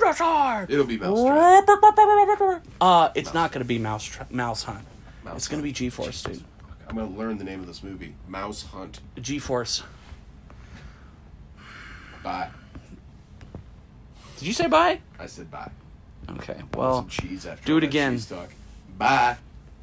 Speaker 2: decide.
Speaker 1: It'll be Mousetrap.
Speaker 2: Uh, it's not gonna be mouse tra- mouse hunt.
Speaker 1: Mouse
Speaker 2: it's gonna
Speaker 1: Hunt.
Speaker 2: be G Force, dude.
Speaker 1: I'm gonna learn the name of this movie. Mouse Hunt.
Speaker 2: G Force.
Speaker 1: Bye.
Speaker 2: Did you say bye?
Speaker 1: I said bye.
Speaker 2: Okay. Well.
Speaker 1: some cheese after
Speaker 2: do
Speaker 1: all
Speaker 2: it
Speaker 1: that
Speaker 2: again.
Speaker 1: cheese talk. Bye.